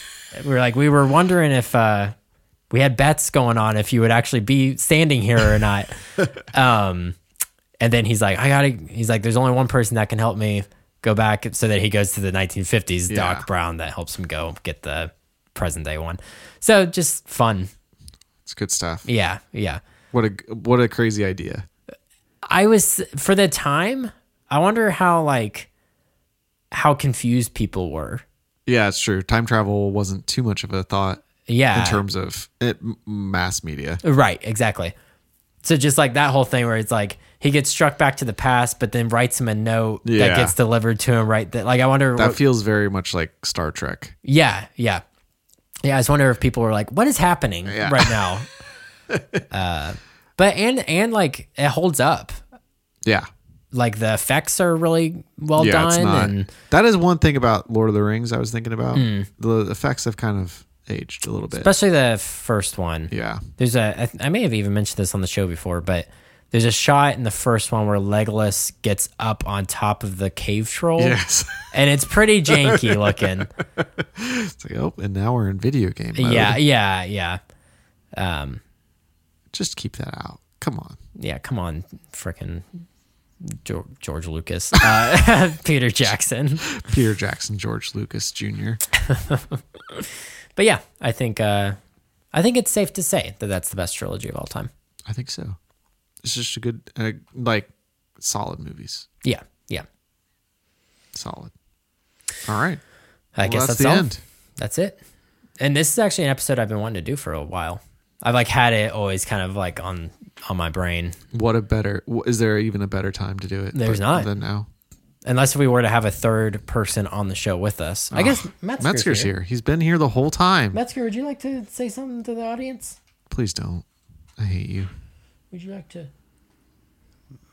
Speaker 2: we're like, we were wondering if uh, we had bets going on if you would actually be standing here or not. um, and then he's like, I gotta. He's like, there's only one person that can help me go back, so that he goes to the 1950s
Speaker 1: Yeah.
Speaker 2: Doc Brown that helps him go get the present day one. So just fun.
Speaker 1: It's good stuff.
Speaker 2: Yeah, yeah.
Speaker 1: What a what a crazy idea.
Speaker 2: I was for the time. I wonder how like how confused people were.
Speaker 1: Yeah, it's true. Time travel wasn't too much of a thought
Speaker 2: Yeah.
Speaker 1: in terms of it, m- mass media.
Speaker 2: Right, exactly. So just like that whole thing where it's like he gets struck back to the past, but then writes him a note
Speaker 1: Yeah.
Speaker 2: that gets delivered to him. Right, that like I wonder.
Speaker 1: That
Speaker 2: what-
Speaker 1: feels very much like Star Trek.
Speaker 2: yeah, yeah, yeah. I just wonder if people were like, "What is happening
Speaker 1: Yeah.
Speaker 2: right now?" uh, but and and like it holds up.
Speaker 1: Yeah.
Speaker 2: Like the effects are really well
Speaker 1: yeah,
Speaker 2: done.
Speaker 1: it's not.
Speaker 2: And Hmm.
Speaker 1: that is one thing about Lord of the Rings I was thinking about. The effects have kind of aged a little bit.
Speaker 2: especially the first one.
Speaker 1: yeah.
Speaker 2: There's a I, th- I may have even mentioned this on the show before, but there's a shot in the first one where Legolas gets up on top of the cave troll.
Speaker 1: Yes.
Speaker 2: and it's pretty janky looking.
Speaker 1: it's like, oh, and now we're in video game mode.
Speaker 2: yeah, yeah, yeah,
Speaker 1: Just keep that out. Come on.
Speaker 2: yeah. Come on, frickin' Geor- George Lucas, uh, Peter Jackson.
Speaker 1: Peter Jackson, George Lucas Jr.
Speaker 2: But yeah, I think uh, I think it's safe to say that that's the best trilogy of all time.
Speaker 1: I think so. It's just a good, uh, like, solid movies.
Speaker 2: Yeah, yeah.
Speaker 1: Solid. All right.
Speaker 2: I
Speaker 1: Well,
Speaker 2: guess
Speaker 1: that's
Speaker 2: that's,
Speaker 1: the
Speaker 2: all.
Speaker 1: end.
Speaker 2: That's it. And this is actually an episode I've been wanting to do for a while. I've like had it always kind of like on on my brain.
Speaker 1: What a better, wh- is there even a better time to do it?
Speaker 2: There's
Speaker 1: but-
Speaker 2: not.
Speaker 1: Than now.
Speaker 2: Unless we were to have a third person on the show with us, I guess Metzger's,
Speaker 1: Ah, Metzger's
Speaker 2: here.
Speaker 1: here. He's been here the whole time.
Speaker 2: Metzger, would you like to say something to the audience?
Speaker 1: Please don't. I hate you.
Speaker 2: Would you like to?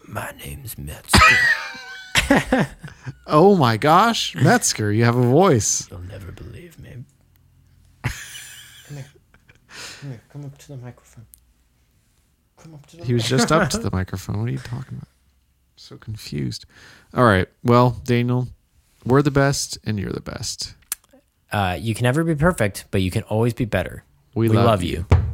Speaker 2: My name's Metzger.
Speaker 1: Oh my gosh, Metzger, you have a voice.
Speaker 2: You'll never believe me. Come here. Come up to the microphone. Come up to the
Speaker 1: He was just up to the microphone. What are you talking about? So confused. All right. Well, Daniel, we're the best and you're the best.
Speaker 2: Uh, you can never be perfect, but you can always be better.
Speaker 1: We love you.
Speaker 2: you.